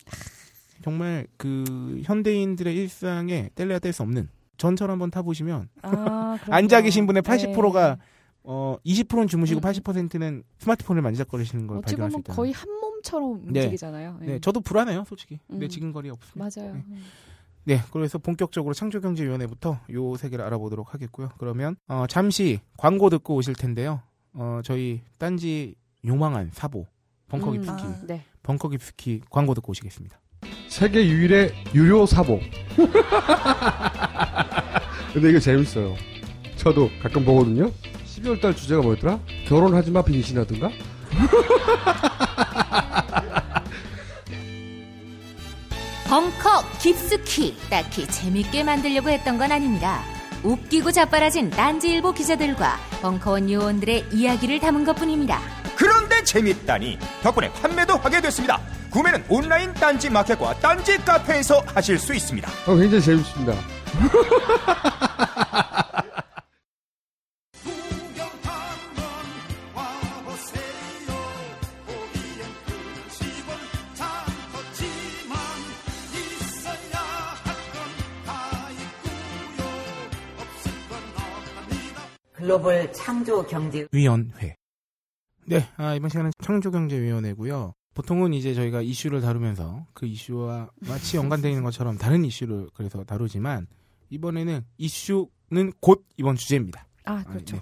[SPEAKER 4] 정말 그 현대인들의 일상에 뗄래야 뗄 수 없는 전철 한번 타보시면
[SPEAKER 5] 아, 그렇구나.
[SPEAKER 4] 앉아 계신 분의
[SPEAKER 5] 네.
[SPEAKER 4] 80%가 어 20%는 주무시고
[SPEAKER 5] 음.
[SPEAKER 4] 80%는 스마트폰을 만지작거리시는 걸
[SPEAKER 5] 어찌
[SPEAKER 4] 발견할 수
[SPEAKER 5] 보면
[SPEAKER 4] 있다.
[SPEAKER 5] 거의 한 몸처럼
[SPEAKER 4] 네.
[SPEAKER 5] 움직이잖아요. 예.
[SPEAKER 4] 네, 저도 불안해요, 솔직히. 내
[SPEAKER 5] 음.
[SPEAKER 4] 지근거리 없습니다.
[SPEAKER 5] 맞아요. 음.
[SPEAKER 4] 네. 네, 그래서 본격적으로 창조경제위원회부터 요 세계를 알아보도록 하겠고요. 그러면 어, 잠시 광고 듣고 오실 텐데요. 어, 저희 딴지 용망한 사보 벙커
[SPEAKER 1] 음.
[SPEAKER 4] 깊숙이
[SPEAKER 6] 아.
[SPEAKER 1] 네.
[SPEAKER 4] 벙커 깊숙이 광고 듣고 오시겠습니다.
[SPEAKER 8] 세계 유일의 유료 사복. 근데 이거 재밌어요. 저도 가끔 보거든요. 12월 달 주제가 뭐였더라? 결혼하지 마 빙신하든가? 어,
[SPEAKER 3] 벙커 깊숙이 딱히 재밌게 만들려고 했던 건 아닙니다. 웃기고 자빠라진 딴지일보 기자들과 벙커원 요원들의 이야기를 담은 것뿐입니다.
[SPEAKER 9] 그런데 재밌다니 덕분에 판매도 하게 됐습니다. 구매는 온라인 딴지 마켓과 딴지 카페에서 하실 수 있습니다.
[SPEAKER 8] 어, 굉장히 재밌습니다.
[SPEAKER 10] 글로벌 창조 경제
[SPEAKER 4] 위원회. 네, 아, 이번 시간은 청조경제위원회고요. 보통은 이제 저희가 이슈를 다루면서 그 이슈와 마치 연관되어 있는 것처럼 다른 이슈를 그래서 다루지만 이번에는 이슈는 곧 이번 주제입니다.
[SPEAKER 5] 아 그렇죠.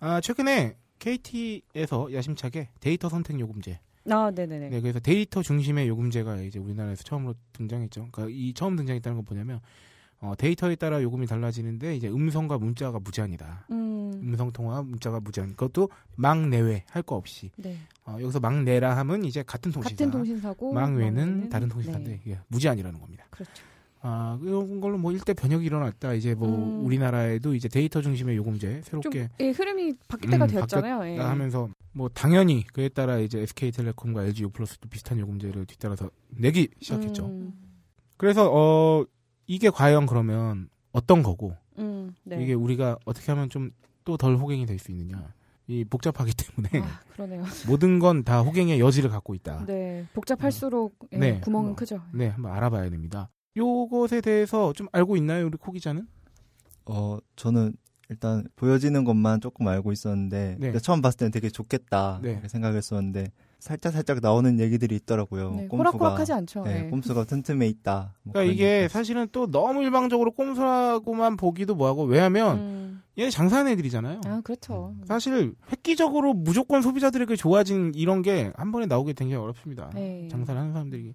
[SPEAKER 4] 아, 아, 최근에 KT에서 야심차게 데이터 선택 요금제.
[SPEAKER 1] 아, 네네네.
[SPEAKER 4] 네, 그래서 데이터 중심의 요금제가 이제 우리나라에서 처음으로 등장했죠. 그러니까 이 처음 등장했다는 건 뭐냐면 어, 데이터에 따라 요금이 달라지는데 이제 음성과 문자가 무제한이다.
[SPEAKER 5] 음.
[SPEAKER 4] 음성 통화, 문자가 무제한. 그것도 막 내외 할 거 없이.
[SPEAKER 5] 네.
[SPEAKER 4] 어, 여기서 막 내라 하면 이제 같은 통신사.
[SPEAKER 5] 같은 통신사고
[SPEAKER 4] 망 외는
[SPEAKER 5] 망외는
[SPEAKER 4] 다른 통신사인데
[SPEAKER 5] 네.
[SPEAKER 4] 이게 무제한이라는 겁니다.
[SPEAKER 5] 그렇죠.
[SPEAKER 4] 아, 이런 걸로 뭐 일대 변혁이 일어났다. 이제 뭐
[SPEAKER 5] 음. 우리나라에도
[SPEAKER 4] 우리나라에도 이제 데이터 중심의 요금제
[SPEAKER 5] 좀
[SPEAKER 4] 새롭게
[SPEAKER 5] 예, 흐름이 바뀔 때가
[SPEAKER 4] 음,
[SPEAKER 5] 되었잖아요. 예.
[SPEAKER 4] 하면서 뭐 당연히 그에 따라 이제 SK텔레콤과 LG U+도 비슷한 요금제를 뒤따라서 내기 시작했죠.
[SPEAKER 5] 음,
[SPEAKER 4] 그래서 어 이게 과연 그러면 어떤 거고
[SPEAKER 5] 음, 네.
[SPEAKER 4] 이게 우리가 어떻게 하면 좀 또 덜 호갱이 될 수 있느냐. 이 복잡하기 때문에
[SPEAKER 5] 아, 그러네요.
[SPEAKER 4] 모든 건 다 호갱의 여지를 갖고 있다.
[SPEAKER 5] 네. 복잡할수록 예,
[SPEAKER 4] 아. 네.
[SPEAKER 5] 구멍은
[SPEAKER 4] 뭐.
[SPEAKER 5] 크죠.
[SPEAKER 4] 네, 한번 알아봐야 됩니다. 요것에 대해서 좀 알고 있나요, 우리 코 기자는?
[SPEAKER 7] 어, 저는 일단 보여지는 것만 조금 알고 있었는데
[SPEAKER 4] 네.
[SPEAKER 7] 근데 처음 봤을 때는 되게 좋겠다
[SPEAKER 4] 네.
[SPEAKER 7] 이렇게 생각했었는데 살짝 살짝 나오는 얘기들이
[SPEAKER 4] 어,
[SPEAKER 7] 있더라고요.
[SPEAKER 5] 네.
[SPEAKER 7] 꼼수가
[SPEAKER 5] 호락호락하지 않죠.
[SPEAKER 7] 네,
[SPEAKER 5] 예.
[SPEAKER 7] 꼼수가 틈틈에 있다. 뭐
[SPEAKER 4] 그러니까
[SPEAKER 7] 그런
[SPEAKER 4] 이게
[SPEAKER 7] 얘기.
[SPEAKER 4] 사실은 또 너무 일방적으로 꼼수라고만 보기도 뭐하고 왜냐하면
[SPEAKER 5] 음.
[SPEAKER 4] 얘네 장사하는 애들이잖아요.
[SPEAKER 5] 아, 그렇죠.
[SPEAKER 4] 사실 획기적으로 무조건 소비자들에게 좋아진 이런 게 한 번에 나오기 굉장히 어렵습니다.
[SPEAKER 5] 네.
[SPEAKER 4] 장사를 하는 사람들이기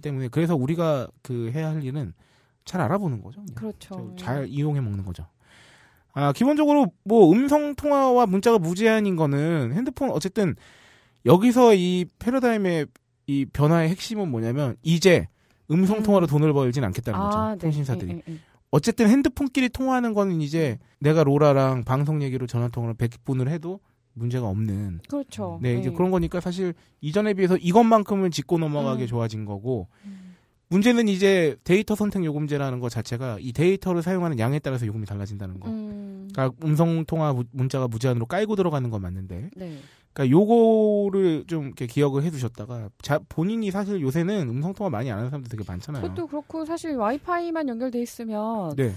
[SPEAKER 4] 때문에 그래서 우리가 그 해야 할 일은 잘 알아보는 거죠. 그냥.
[SPEAKER 5] 그렇죠.
[SPEAKER 4] 잘 이용해 먹는 거죠. 아, 기본적으로 뭐 음성 통화와 문자가 무제한인 거는 핸드폰 어쨌든 여기서 이 패러다임의 이 변화의 핵심은 뭐냐면 이제 음성 통화로 돈을 벌진 않겠다는 거죠.
[SPEAKER 5] 네.
[SPEAKER 4] 통신사들이.
[SPEAKER 5] 예, 예, 예.
[SPEAKER 4] 어쨌든 핸드폰끼리 통화하는 거는 이제 내가 로라랑 방송 얘기로 전화 통화로 100분을 해도 문제가 없는
[SPEAKER 5] 그렇죠.
[SPEAKER 4] 네, 이제
[SPEAKER 5] 예.
[SPEAKER 4] 그런 거니까 사실 이전에 비해서 이것만큼은 짚고 넘어가게
[SPEAKER 5] 음.
[SPEAKER 4] 좋아진 거고 문제는 이제 데이터 선택 요금제라는 것 자체가 이 데이터를 사용하는 양에 따라서 요금이 달라진다는 거.
[SPEAKER 5] 음.
[SPEAKER 4] 그러니까 음성 통화 무- 문자가 무제한으로 깔고 들어가는 건 맞는데,
[SPEAKER 5] 네.
[SPEAKER 4] 그러니까 요거를 좀 이렇게 기억을 해두셨다가 자, 본인이 사실 요새는 음성 통화 많이 안 하는 사람들 되게 많잖아요.
[SPEAKER 5] 그것도 그렇고 사실 와이파이만 연결돼 있으면
[SPEAKER 4] 네,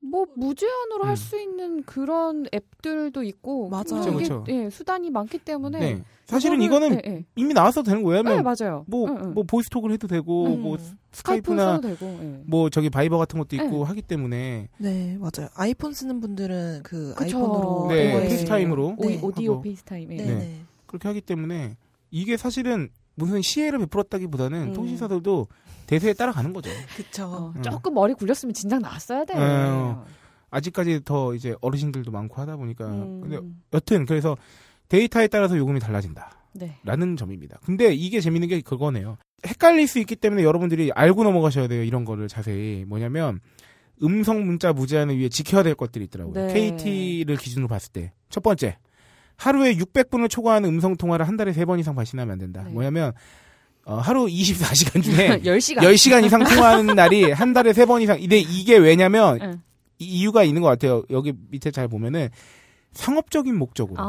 [SPEAKER 5] 뭐 무제한으로
[SPEAKER 4] 음.
[SPEAKER 5] 할 수 있는 그런 앱들도 있고
[SPEAKER 6] 맞아요.
[SPEAKER 5] 뭐
[SPEAKER 6] 그쵸,
[SPEAKER 5] 이게
[SPEAKER 4] 그쵸.
[SPEAKER 5] 예, 수단이 많기 때문에
[SPEAKER 4] 네. 사실은
[SPEAKER 5] 그거를-
[SPEAKER 4] 이거는
[SPEAKER 5] 예, 예.
[SPEAKER 4] 이미 나왔어도 되는 거예요.
[SPEAKER 5] 네,
[SPEAKER 4] 왜냐면
[SPEAKER 5] 맞아요.
[SPEAKER 4] 뭐,
[SPEAKER 5] 응, 응.
[SPEAKER 4] 뭐 보이스톡을 해도 되고
[SPEAKER 6] 음.
[SPEAKER 4] 뭐
[SPEAKER 5] 스카이프
[SPEAKER 4] 스카이프나
[SPEAKER 5] 써도 되고 예.
[SPEAKER 4] 뭐 저기 바이버 같은 것도 있고
[SPEAKER 5] 네.
[SPEAKER 4] 하기 때문에
[SPEAKER 6] 네, 맞아요. 아이폰 쓰는 분들은 그
[SPEAKER 5] 그쵸.
[SPEAKER 6] 아이폰으로
[SPEAKER 5] 어,
[SPEAKER 4] 네
[SPEAKER 5] 이거에-
[SPEAKER 6] 이거에-
[SPEAKER 4] 페이스타임으로
[SPEAKER 5] 오이-
[SPEAKER 6] 네.
[SPEAKER 5] 오디오
[SPEAKER 4] 하고.
[SPEAKER 5] 페이스타임. 예.
[SPEAKER 6] 네,
[SPEAKER 4] 네.
[SPEAKER 6] 네.
[SPEAKER 4] 그렇게 하기 때문에 이게 사실은 무슨 시혜를 베풀었다기보다는
[SPEAKER 5] 음.
[SPEAKER 4] 통신사들도 대세에 따라가는 거죠.
[SPEAKER 6] 그쵸.
[SPEAKER 5] 어,
[SPEAKER 4] 음.
[SPEAKER 5] 조금 머리 굴렸으면 진작 나왔어야 돼.
[SPEAKER 4] 어. 아직까지 더 이제 어르신들도 많고 하다 보니까
[SPEAKER 5] 음.
[SPEAKER 4] 근데 여튼 그래서 데이터에 따라서 요금이 달라진다라는
[SPEAKER 5] 네.
[SPEAKER 4] 점입니다. 근데 이게 재밌는 게 그거네요. 헷갈릴 수 있기 때문에 여러분들이 알고 넘어가셔야 돼요. 이런 거를 자세히 뭐냐면 음성 문자 무제한을 위해 지켜야 될 것들이 있더라고요.
[SPEAKER 5] 네.
[SPEAKER 4] KT를 기준으로 봤을 때 첫 번째 하루에 600분을 초과하는 음성 통화를 한 달에 세 번 이상 발신하면 안 된다.
[SPEAKER 5] 네.
[SPEAKER 4] 뭐냐면 어, 하루 24시간 중에
[SPEAKER 5] 10시간.
[SPEAKER 4] 10시간 이상 통화하는 날이 한 달에 세 번 이상. 근데 이게 왜냐면
[SPEAKER 5] 응.
[SPEAKER 4] 이- 이유가 있는 것 같아요. 여기 밑에 잘 보면은 상업적인 목적으로.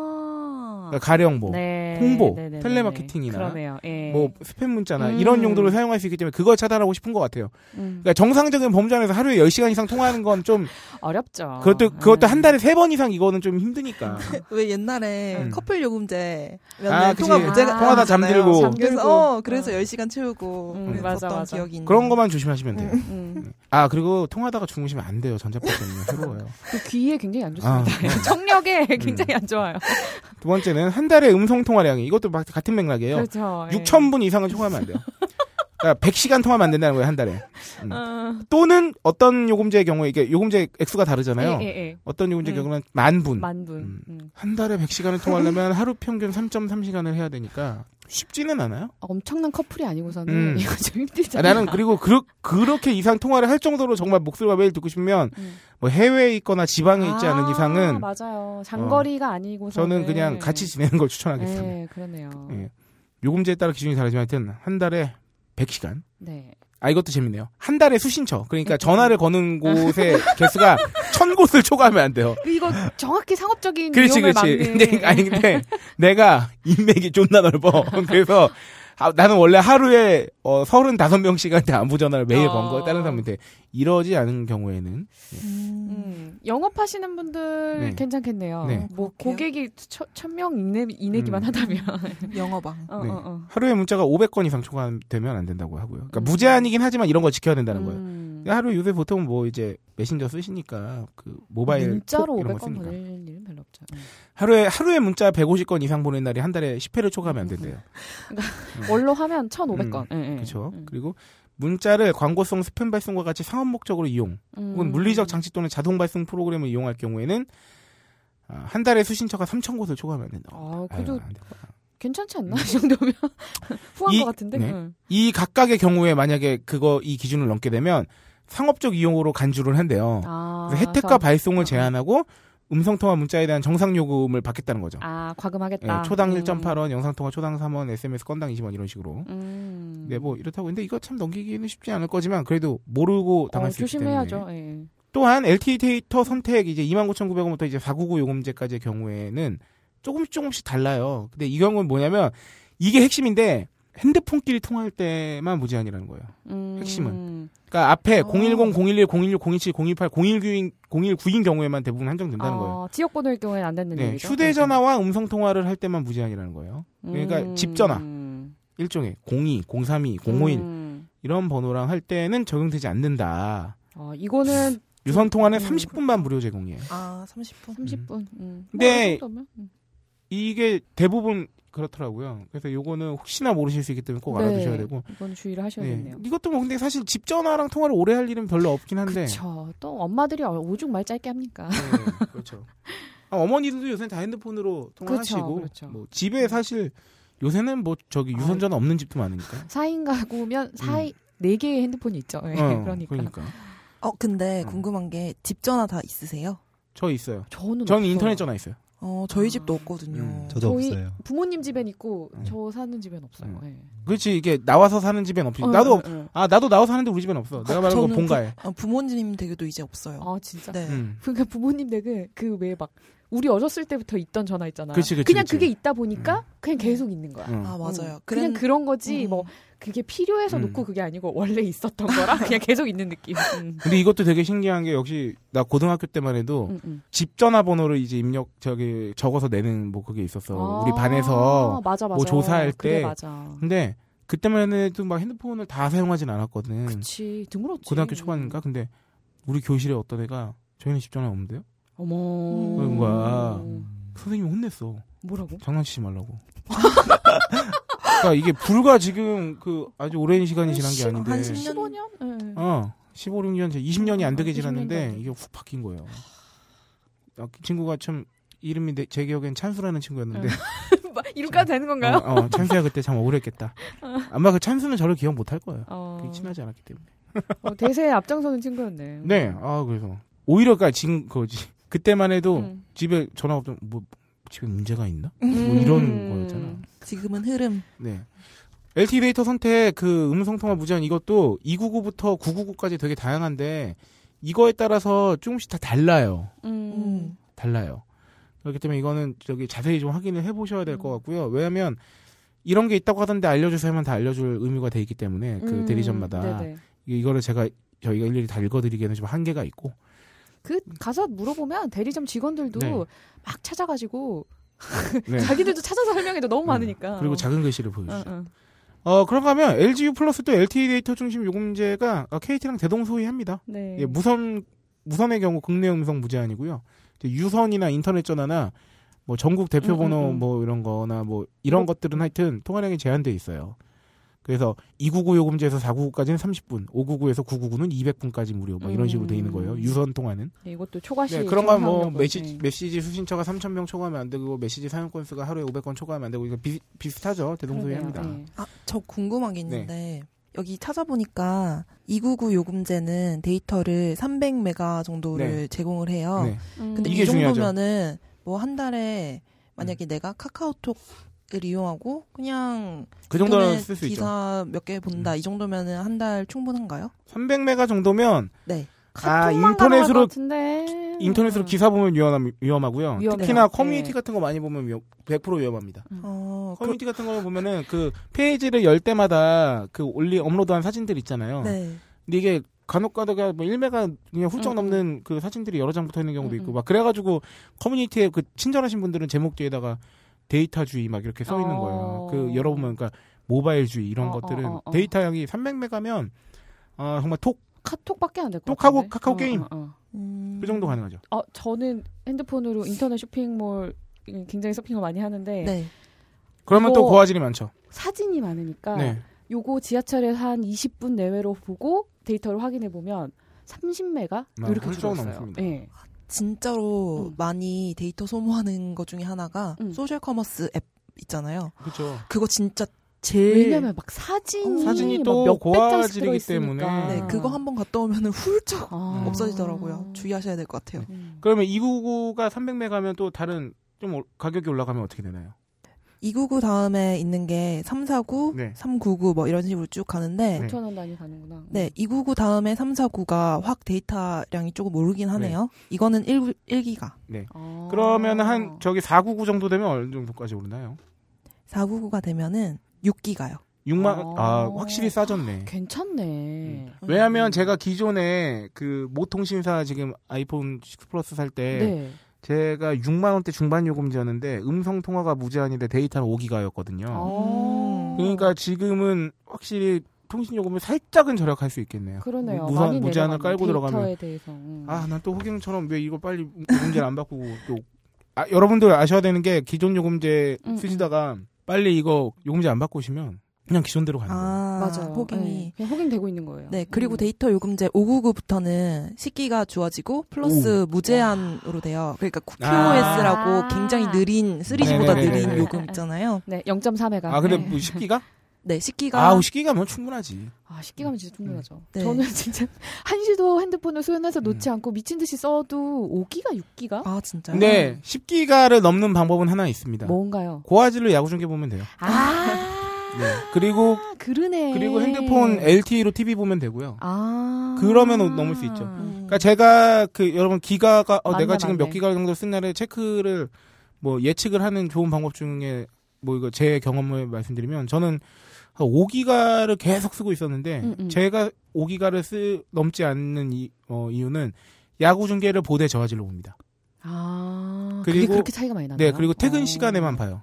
[SPEAKER 5] 아.
[SPEAKER 4] 그러니까 가령 뭐,
[SPEAKER 5] 네.
[SPEAKER 4] 홍보,
[SPEAKER 5] 네네네네.
[SPEAKER 4] 텔레마케팅이나
[SPEAKER 5] 그러네요. 예.
[SPEAKER 4] 뭐 스팸 문자나
[SPEAKER 5] 음.
[SPEAKER 4] 이런 용도로 사용할 수 있기 때문에 그걸 차단하고 싶은 것 같아요.
[SPEAKER 5] 음.
[SPEAKER 4] 그러니까 정상적인 범주 안에서 하루에 10시간 이상 통화하는 건 좀
[SPEAKER 5] 어렵죠.
[SPEAKER 4] 그러니까 그것도 그것도
[SPEAKER 5] 예.
[SPEAKER 4] 한 달에 세 번 이상 이거는 좀 힘드니까.
[SPEAKER 6] 왜 옛날에
[SPEAKER 4] 음.
[SPEAKER 6] 커플 요금제 몇
[SPEAKER 4] 아,
[SPEAKER 6] 날
[SPEAKER 4] 그치.
[SPEAKER 6] 통화 문제가
[SPEAKER 5] 아,
[SPEAKER 4] 통화다
[SPEAKER 6] 있잖아요.
[SPEAKER 4] 잠들고.
[SPEAKER 6] 그래서
[SPEAKER 5] 잠들고.
[SPEAKER 6] 어 그래서
[SPEAKER 5] 어.
[SPEAKER 6] 10시간 채우고
[SPEAKER 5] 음,
[SPEAKER 6] 그랬었던
[SPEAKER 5] 맞아, 맞아.
[SPEAKER 6] 기억이 있는
[SPEAKER 4] 그런 것만 조심하시면 돼요.
[SPEAKER 5] 음.
[SPEAKER 4] 아 그리고 통화하다가 주무시면 안 돼요. 전자파 때문에 해로워요.
[SPEAKER 5] 그 귀에 굉장히 안
[SPEAKER 4] 아,
[SPEAKER 5] 좋습니다. 청력에 굉장히 안 좋아요.
[SPEAKER 4] 두 번째는 한 달에 음성 통화량이 이것도 막 같은 맥락이에요.
[SPEAKER 5] 그렇죠.
[SPEAKER 4] 6,000분 이상은 통화하면 안 돼요. 그러니까 100시간 통화하면 안 된다는 거예요, 한 달에. 음.
[SPEAKER 5] 어.
[SPEAKER 4] 또는 어떤 요금제의 경우에 이게 요금제 액수가 다르잖아요.
[SPEAKER 5] 예, 예, 예.
[SPEAKER 4] 어떤 요금제
[SPEAKER 5] 음.
[SPEAKER 4] 경우는 만 분.
[SPEAKER 5] 만 분.
[SPEAKER 4] 음.
[SPEAKER 5] 음.
[SPEAKER 4] 한 달에 100시간을 통화하려면 하루 평균 3.3시간을 해야 되니까 쉽지는 않아요.
[SPEAKER 1] 엄청난 커플이 아니고서는
[SPEAKER 4] 음.
[SPEAKER 1] 이거 좀
[SPEAKER 4] 아,
[SPEAKER 1] 힘들잖아.
[SPEAKER 4] 나는 그리고 그, 그렇게 이상 통화를 할 정도로 정말 목소리가 매일 듣고 싶으면
[SPEAKER 5] 음.
[SPEAKER 4] 뭐 해외에 있거나 지방에 있지 않은
[SPEAKER 5] 아,
[SPEAKER 4] 이상은 어.
[SPEAKER 5] 맞아요. 장거리가 아니고
[SPEAKER 4] 저는 그냥 같이 지내는 걸 추천하겠습니다.
[SPEAKER 5] 네, 그러네요.
[SPEAKER 4] 예. 요금제에 따라 기준이 다르지만 하여튼 한 달에 100시간.
[SPEAKER 5] 네.
[SPEAKER 4] 아 이것도 재밌네요. 한 달에 수신처.
[SPEAKER 5] 음.
[SPEAKER 4] 그러니까 전화를 거는 곳의 개수가 천 곳을 초과하면 안 돼요.
[SPEAKER 5] 이거 정확히 상업적인
[SPEAKER 4] 그렇지
[SPEAKER 5] 음, 위험을
[SPEAKER 4] 그렇지.
[SPEAKER 5] 막는
[SPEAKER 4] 근데 아니 근데 내가 인맥이 존나 넓어. 그래서 아, 나는 원래 하루에 어 35명씩한테 안부 전화를 매일 건 거예요. 다른
[SPEAKER 5] 어.
[SPEAKER 4] 사람한테 이러지 않은 경우에는
[SPEAKER 5] 음, 영업하시는 분들
[SPEAKER 4] 네.
[SPEAKER 5] 괜찮겠네요.
[SPEAKER 4] 네.
[SPEAKER 5] 뭐 고객이 천명 이내 이내기만
[SPEAKER 4] 음.
[SPEAKER 5] 하다면.
[SPEAKER 6] 영어방.
[SPEAKER 5] 어,
[SPEAKER 4] 네.
[SPEAKER 5] 어, 어.
[SPEAKER 4] 하루에 문자가 500건 이상 초과되면 안 된다고 하고요. 그러니까 무제한이긴 하지만 이런 거 지켜야 된다는 거예요.
[SPEAKER 5] 음.
[SPEAKER 4] 하루 요새 보통 뭐 이제 메신저 쓰시니까 그 모바일
[SPEAKER 5] 문자로
[SPEAKER 4] 톡 이런 거
[SPEAKER 5] 500건
[SPEAKER 4] 쓰니까
[SPEAKER 5] 보낼 일은 별로 없죠. 음.
[SPEAKER 4] 하루에 하루에 문자 150건 이상 보낸 날이 한 달에 10회를 초과하면 안 된대요.
[SPEAKER 5] 월로 하면 1,500건. 예, 예.
[SPEAKER 4] 그렇죠.
[SPEAKER 5] 음.
[SPEAKER 4] 그리고 문자를 광고성 스팸 발송과 같이 상업 목적으로 이용 혹은
[SPEAKER 5] 음.
[SPEAKER 4] 물리적 장치 또는 자동 발송 프로그램을 이용할 경우에는 아, 한 달에 수신처가 3천 곳을 초과하면 안 된다.
[SPEAKER 5] 아,
[SPEAKER 4] 아유,
[SPEAKER 5] 그래도
[SPEAKER 4] 안 된다.
[SPEAKER 5] 괜찮지 않나? 이 정도면 후한
[SPEAKER 4] 이-
[SPEAKER 5] 것 같은데.
[SPEAKER 4] 네.
[SPEAKER 5] 음.
[SPEAKER 4] 이 각각의 경우에 만약에 그거 이 기준을 넘게 되면 상업적 이용으로 간주를 한대요.
[SPEAKER 5] 아,
[SPEAKER 4] 어. 그래서 혜택과
[SPEAKER 5] 그래서-
[SPEAKER 4] 발송을
[SPEAKER 5] 어.
[SPEAKER 4] 제한하고 음성통화 문자에 대한 정상 요금을 받겠다는 거죠.
[SPEAKER 5] 아,
[SPEAKER 4] 예,
[SPEAKER 5] 과금하겠다.
[SPEAKER 4] 초당
[SPEAKER 5] 음.
[SPEAKER 4] 1.8원, 영상통화 초당 3원, SMS 건당 20원 이런 식으로.
[SPEAKER 5] 음.
[SPEAKER 4] 네, 뭐 이렇다고 근데 이거 참 넘기기는 쉽지 않을 거지만 그래도 모르고
[SPEAKER 5] 어,
[SPEAKER 4] 당할 수 있기 때문에.
[SPEAKER 5] 조심해야죠. 예.
[SPEAKER 4] 또한 LTE 데이터 선택 이제 29,900원부터 이제 499 요금제까지의 경우에는 조금씩 조금씩 달라요. 근데 이 경우는 뭐냐면 이게 핵심인데 핸드폰끼리 통화할 때만 무제한이라는 거예요.
[SPEAKER 5] 음.
[SPEAKER 4] 핵심은. 그러니까 앞에
[SPEAKER 6] 어.
[SPEAKER 4] 010, 011, 016, 027, 018, 019인 019인 경우에만 대부분 한정된다는 거예요.
[SPEAKER 5] 어, 지역 번호일 경우에는 안 되는
[SPEAKER 4] 네,
[SPEAKER 5] 얘기죠.
[SPEAKER 4] 휴대전화와 음성 통화를 할 때만 무제한이라는 거예요. 그러니까 집 전화.
[SPEAKER 5] 음.
[SPEAKER 4] 일종의 02, 032, 051
[SPEAKER 5] 음.
[SPEAKER 4] 이런 번호랑 할 때는 적용되지 않는다.
[SPEAKER 5] 어, 이거는
[SPEAKER 4] 유선 통화는
[SPEAKER 5] 음,
[SPEAKER 4] 30분만 무료 제공이에요.
[SPEAKER 6] 아, 30분.
[SPEAKER 5] 30분. 음.
[SPEAKER 4] 근데-
[SPEAKER 5] 뭐, 이 정도면? 음.
[SPEAKER 4] 이게 대부분 그렇더라고요. 그래서 요거는 혹시나 모르실 수 있기 때문에 꼭
[SPEAKER 5] 네.
[SPEAKER 4] 알아두셔야 되고.
[SPEAKER 5] 이건 주의를
[SPEAKER 4] 네.
[SPEAKER 5] 하셔야겠네요.
[SPEAKER 4] 이것도 뭐 근데 사실 집 전화랑 통화를 오래 할 일은 별로 없긴 한데.
[SPEAKER 5] 그렇죠. 또 엄마들이 어- 오죽 말 짧게 합니까?
[SPEAKER 4] 네, 그렇죠. 아, 어머니들도 요새 다 핸드폰으로 통화하시고
[SPEAKER 5] 그렇죠. 아,
[SPEAKER 4] 뭐 집에 사실 요새는 뭐 저기 유선 전화 없는 집도 많으니까.
[SPEAKER 5] 4인 가구면 사인 4개의 핸드폰이 있죠. 예,
[SPEAKER 4] 음. 어,
[SPEAKER 5] 그러니까.
[SPEAKER 6] 어, 근데
[SPEAKER 4] 음.
[SPEAKER 6] 궁금한 게 집 전화 다 있으세요?
[SPEAKER 4] 저 있어요.
[SPEAKER 5] 저는
[SPEAKER 4] 저는
[SPEAKER 5] 없어요.
[SPEAKER 4] 인터넷 전화 있어요.
[SPEAKER 6] 어, 저희 집도
[SPEAKER 5] 아.
[SPEAKER 6] 없거든요.
[SPEAKER 4] 음,
[SPEAKER 7] 저도
[SPEAKER 5] 저희-
[SPEAKER 7] 없어요.
[SPEAKER 5] 부모님 집엔 있고
[SPEAKER 4] 네.
[SPEAKER 5] 저 사는 집엔 없어요. 예.
[SPEAKER 4] 그렇지 이게 나와서 사는 집엔 없지.
[SPEAKER 5] 어,
[SPEAKER 4] 나도
[SPEAKER 5] 어,
[SPEAKER 4] 없-
[SPEAKER 5] 어.
[SPEAKER 4] 아 나도 나와서 사는데 우리 집엔 없어. 내가 말한 건
[SPEAKER 6] 저는
[SPEAKER 4] 본가에.
[SPEAKER 6] 부, 아, 부모님 댁에도 이제 없어요.
[SPEAKER 5] 아 진짜.
[SPEAKER 6] 네.
[SPEAKER 4] 음.
[SPEAKER 5] 그러니까 부모님 댁은 그왜막 우리 어렸을 때부터 있던 전화 있잖아.
[SPEAKER 4] 그치, 그치,
[SPEAKER 5] 냥
[SPEAKER 4] 그치.
[SPEAKER 5] 그게 있다 보니까 그냥 계속 있는 거야.
[SPEAKER 4] 음.
[SPEAKER 6] 아, 맞아요.
[SPEAKER 5] 그냥
[SPEAKER 6] 그랬-
[SPEAKER 5] 그런 거지
[SPEAKER 6] 음.
[SPEAKER 5] 뭐 그게 필요해서
[SPEAKER 4] 음.
[SPEAKER 5] 놓고 그게 아니고 원래 있었던 거라 그냥 계속 있는 느낌. 음.
[SPEAKER 4] 근데 이것도 되게 신기한 게 역시 나 고등학교 때만 해도
[SPEAKER 5] 음, 음.
[SPEAKER 4] 집 전화번호를 이제 입력 저기 적어서 내는 뭐 그게 있었어. 우리
[SPEAKER 5] 아,
[SPEAKER 4] 반에서.
[SPEAKER 5] 맞아, 맞아.
[SPEAKER 4] 뭐 조사할
[SPEAKER 5] 그래,
[SPEAKER 4] 때
[SPEAKER 5] 맞아.
[SPEAKER 4] 근데 그때만 해도 막 핸드폰을 다 사용하진 않았거든.
[SPEAKER 5] 그치 드물었지.
[SPEAKER 4] 음. 고등학교 초반인가? 근데 우리 교실에 어떤 애가 저희는 집 전화 없는데요?
[SPEAKER 5] 어머.
[SPEAKER 6] 그런
[SPEAKER 4] 거야. 선생님이 혼냈어.
[SPEAKER 5] 뭐라고?
[SPEAKER 4] 장난치지 말라고. 그러니까 이게 불과 지금 그 아주 오랜 시간이 지난 게 아닌데.
[SPEAKER 6] 한 10년?
[SPEAKER 5] 15년? 예.
[SPEAKER 4] 어. 15, 16년, 20년이 안 되게
[SPEAKER 5] 아, 20 년도 안
[SPEAKER 4] 지났는데
[SPEAKER 5] 돼.
[SPEAKER 4] 이게 훅 바뀐 거예요. 아, 그 친구가 참 이름이 내, 제 기억엔 찬수라는
[SPEAKER 5] 어,
[SPEAKER 4] 친구였는데
[SPEAKER 5] 이름까지 되는 건가요?
[SPEAKER 4] 어, 어, 찬수야 그때 참 억울했겠다. 아마 그 찬수는 저를 기억 못 할 거예요.
[SPEAKER 5] 어,
[SPEAKER 4] 그게 친하지 않았기 때문에.
[SPEAKER 5] 어, 대세에 앞장서는 친구였네.
[SPEAKER 4] 네, 아 그래서 오히려 그니까 지금 그거지. 그때만 해도
[SPEAKER 5] 음.
[SPEAKER 4] 집에 전화 없던 뭐 집에 문제가 있나? 뭐 이런 거였잖아.
[SPEAKER 6] 지금은 흐름.
[SPEAKER 4] 네. LTE 데이터 선택 그 음성 통화 무제한 이것도 299부터 999까지 되게 다양한데 이거에 따라서 조금씩 다 달라요.
[SPEAKER 5] 음.
[SPEAKER 6] 음.
[SPEAKER 4] 달라요. 그렇기 때문에 이거는 저기 자세히 좀 확인을 해 보셔야 될
[SPEAKER 5] 음.
[SPEAKER 4] 것 같고요. 왜냐면 이런 게 있다고 하던데 알려주세요 하면 다 알려줄 의무가 돼 있기 때문에 그
[SPEAKER 5] 음,
[SPEAKER 4] 대리점마다
[SPEAKER 5] 네네.
[SPEAKER 4] 이- 이거를 제가 저희가 일일이 다 읽어드리기에는 좀 한계가 있고
[SPEAKER 5] 그 가서 물어보면 대리점 직원들도
[SPEAKER 4] 네.
[SPEAKER 5] 막 찾아가지고
[SPEAKER 4] 네. 음.
[SPEAKER 5] 자기들도 찾아서 설명해도 너무 많으니까.
[SPEAKER 4] 그리고
[SPEAKER 5] 어.
[SPEAKER 4] 작은 글씨를 보여주죠.
[SPEAKER 5] 어, 어.
[SPEAKER 4] 어, 그런가 하면 LGU 플러스 도 LTE 데이터 중심 요금제가 아, KT랑 대동소이합니다.
[SPEAKER 5] 네.
[SPEAKER 4] 예, 무선 무선의 경우 국내 음성 무제한이고요. 이제 유선이나 인터넷 전화나 뭐 전국 대표
[SPEAKER 5] 음,
[SPEAKER 4] 번호
[SPEAKER 5] 음, 어? 음.
[SPEAKER 4] 뭐 이런 거나 뭐 이런 것들은 하여튼 통화량이 제한돼 있어요. 그래서 299 요금제에서 499까지는 30분, 599에서 999는 200분까지 무료 막 이런 식으로 돼 있는 거예요.
[SPEAKER 5] 음.
[SPEAKER 4] 유선 통화는.
[SPEAKER 5] 네, 이것도 초과시
[SPEAKER 4] 네, 그런 건 뭐
[SPEAKER 5] 청산하는
[SPEAKER 4] 메시지,
[SPEAKER 5] 거지. 네.
[SPEAKER 4] 메시지 수신처가 3,000명 초과하면 안 되고 메시지 사용 건수가 하루에 500건 초과하면 안 되고 이거 비, 비슷하죠.
[SPEAKER 5] 그러네요.
[SPEAKER 4] 대동소이합니다.
[SPEAKER 5] 네.
[SPEAKER 6] 아, 저 궁금한
[SPEAKER 4] 네.
[SPEAKER 6] 게 있는데 여기 찾아보니까 299 요금제는 데이터를 300메가 정도를
[SPEAKER 4] 네.
[SPEAKER 6] 제공을 해요.
[SPEAKER 4] 네.
[SPEAKER 5] 음.
[SPEAKER 6] 근데
[SPEAKER 4] 이게
[SPEAKER 6] 이
[SPEAKER 4] 중요하죠. 음.
[SPEAKER 6] 정도면은 뭐 한 달에 만약에 내가 카카오톡을 이용하고 그냥
[SPEAKER 4] 그 정도는
[SPEAKER 6] 인터넷
[SPEAKER 4] 쓸 수 있죠. 음.
[SPEAKER 6] 기사 몇 개 본다 이 정도면은 한 달 충분한가요?
[SPEAKER 4] 300메가 정도면
[SPEAKER 6] 네.
[SPEAKER 4] 아
[SPEAKER 5] 카톡만 가능할 것
[SPEAKER 4] 인터넷으로
[SPEAKER 5] 같은데.
[SPEAKER 4] 인터넷으로 기사 보면 위험함, 위험하고요.
[SPEAKER 5] 음. 위험해요.
[SPEAKER 4] 특히나 커뮤니티
[SPEAKER 5] 네.
[SPEAKER 4] 같은 거 많이 보면 위험, 100% 위험합니다.
[SPEAKER 6] 어, 그,
[SPEAKER 4] 커뮤니티 같은 거 보면은 그 페이지를 열 때마다 그 올리 업로드한 사진들 있잖아요.
[SPEAKER 6] 네.
[SPEAKER 4] 근데 이게 간혹가다가 뭐 1메가 그냥 훌쩍
[SPEAKER 5] 음,
[SPEAKER 4] 넘는 그 사진들이 여러 장 붙어 있는 경우도 있고
[SPEAKER 5] 음,
[SPEAKER 4] 막 그래가지고 커뮤니티에 그 친절하신 분들은 제목 뒤에다가 데이터주의 막 이렇게 써 있는
[SPEAKER 5] 어.
[SPEAKER 4] 거예요. 그 열어보면 그러니까 모바일주의 이런
[SPEAKER 5] 어, 어,
[SPEAKER 4] 것들은
[SPEAKER 5] 어, 어.
[SPEAKER 4] 데이터 양이 300메가면 아 정말 톡 그
[SPEAKER 5] 카톡밖에 안 될 것
[SPEAKER 4] 톡하고
[SPEAKER 5] 같은데.
[SPEAKER 4] 카카오 게임.
[SPEAKER 5] 어, 어.
[SPEAKER 6] 음.
[SPEAKER 4] 그 정도 가능하죠.
[SPEAKER 5] 어, 저는 핸드폰으로 인터넷 쇼핑몰 굉장히 쇼핑을 많이 하는데
[SPEAKER 6] 네.
[SPEAKER 4] 그러면
[SPEAKER 5] 이거-
[SPEAKER 4] 또 고화질이 많죠.
[SPEAKER 5] 사진이 많으니까
[SPEAKER 4] 네.
[SPEAKER 5] 요거 지하철에 한 20분 내외로 보고 데이터를 확인해 보면 30메가
[SPEAKER 4] 아,
[SPEAKER 5] 이렇게
[SPEAKER 4] 훌쩍
[SPEAKER 5] 줄었어요.
[SPEAKER 4] 넘습니다.
[SPEAKER 5] 예.
[SPEAKER 6] 진짜로
[SPEAKER 5] 음.
[SPEAKER 6] 많이 데이터 소모하는 것 중에 하나가
[SPEAKER 5] 음.
[SPEAKER 6] 소셜 커머스 앱 있잖아요.
[SPEAKER 4] 그렇죠.
[SPEAKER 6] 그거 진짜 제일
[SPEAKER 5] 왜냐면 막 사진이,
[SPEAKER 4] 사진이 또
[SPEAKER 5] 막몇 백장씩
[SPEAKER 4] 고화질이기
[SPEAKER 5] 들어있으니까.
[SPEAKER 4] 때문에.
[SPEAKER 6] 네, 그거 한 번 갔다 오면은 훌쩍
[SPEAKER 5] 아.
[SPEAKER 6] 없어지더라고요. 주의하셔야 될 것 같아요.
[SPEAKER 5] 음.
[SPEAKER 4] 그러면 299가 300메가면 또 다른 좀 올- 가격이 올라가면 어떻게 되나요?
[SPEAKER 6] 299 다음에 있는 게 349,
[SPEAKER 4] 네.
[SPEAKER 6] 399 뭐 이런 식으로 쭉 가는데
[SPEAKER 4] 네.
[SPEAKER 6] 네.
[SPEAKER 5] 5천 원 단위 가는구나.
[SPEAKER 6] 299 다음에 349가 확 데이터량이 조금 오르긴 하네요. 이거는 1, 1기가.
[SPEAKER 5] 아.
[SPEAKER 4] 그러면 한 저기 499 정도 되면 어느 정도까지 오르나요?
[SPEAKER 6] 499가 되면은 6기가요.
[SPEAKER 4] 6만 아,
[SPEAKER 5] 아.
[SPEAKER 4] 확실히 싸졌네. 음.
[SPEAKER 5] 괜찮네.
[SPEAKER 6] 음.
[SPEAKER 4] 왜냐하면 제가 기존에 그 모통신사 지금 아이폰 6 플러스 살 때
[SPEAKER 5] 네.
[SPEAKER 4] 제가 6만 원대 중반 요금제였는데 음성 통화가 무제한인데 데이터는 5기가였거든요.
[SPEAKER 5] 아.
[SPEAKER 4] 그러니까 지금은 확실히 통신 요금을 살짝은 절약할 수 있겠네요.
[SPEAKER 5] 그러네요.
[SPEAKER 4] 무사-
[SPEAKER 5] 많이
[SPEAKER 4] 무제한을
[SPEAKER 5] 내려갔네,
[SPEAKER 4] 깔고 들어가면
[SPEAKER 5] 데이터에 대해서. 음.
[SPEAKER 4] 아, 난 또 호갱처럼 왜 이거 빨리 요금제를 안 바꾸고 또 아, 여러분들 아셔야 되는 게 기존 요금제
[SPEAKER 5] 음,
[SPEAKER 4] 쓰시다가 빨리 이거 요금제 안 바꾸시면 그냥 기존대로 가는 거예요.
[SPEAKER 6] 아,
[SPEAKER 5] 맞아요. 네.
[SPEAKER 6] 호갱이.
[SPEAKER 5] 그냥 호갱되고 있는 거예요.
[SPEAKER 6] 네, 그리고
[SPEAKER 5] 음.
[SPEAKER 6] 데이터 요금제 599부터는 식기가 주어지고 플러스 무제한으로 돼요. 그러니까 QoS라고
[SPEAKER 3] 아.
[SPEAKER 6] 굉장히 느린 3G보다
[SPEAKER 4] 네네네네.
[SPEAKER 6] 느린 요금 있잖아요.
[SPEAKER 5] 네, 0.3회가.
[SPEAKER 4] 아, 근데 뭐 10기가?
[SPEAKER 6] 네, 식기가
[SPEAKER 4] 아, 10기가면 충분하지.
[SPEAKER 5] 아, 10기가면 진짜 충분하죠.
[SPEAKER 6] 네.
[SPEAKER 5] 저는 진짜 한시도 핸드폰을 소연해서 놓지
[SPEAKER 4] 음.
[SPEAKER 5] 않고 미친 듯이 써도 5기가, 6기가?
[SPEAKER 6] 아, 진짜요?
[SPEAKER 4] 근데 10기가를 넘는 방법은 하나
[SPEAKER 6] 아.
[SPEAKER 4] 있습니다.
[SPEAKER 5] 뭔가요?
[SPEAKER 4] 고화질로 야구 중계 보면 돼요.
[SPEAKER 5] 아,
[SPEAKER 4] 네. 그리고
[SPEAKER 5] 아, 그러네.
[SPEAKER 4] 그리고 핸드폰 LTE로 TV 보면 되고요.
[SPEAKER 5] 아.
[SPEAKER 4] 그러면은 넘을 수 있죠.
[SPEAKER 6] 음.
[SPEAKER 4] 그러니까 제가 그 여러분 기가가 어, 내가
[SPEAKER 5] 맞네,
[SPEAKER 4] 지금
[SPEAKER 5] 맞네.
[SPEAKER 4] 몇 기가 정도 쓴나를 체크를 뭐 예측을 하는 좋은 방법 중에 뭐 이거 제 경험을 말씀드리면 저는 한 5기가를 계속 쓰고 있었는데
[SPEAKER 5] 음, 음.
[SPEAKER 4] 제가 5기가를 쓰 넘지 않는 이, 어, 이유는 야구 중계를 보대 저화질로 봅니다.
[SPEAKER 5] 아. 그게
[SPEAKER 4] 그리고-
[SPEAKER 5] 그렇게 차이가 많이 나요. 어. 음.
[SPEAKER 4] 네 그리고 퇴근 시간에만 봐요.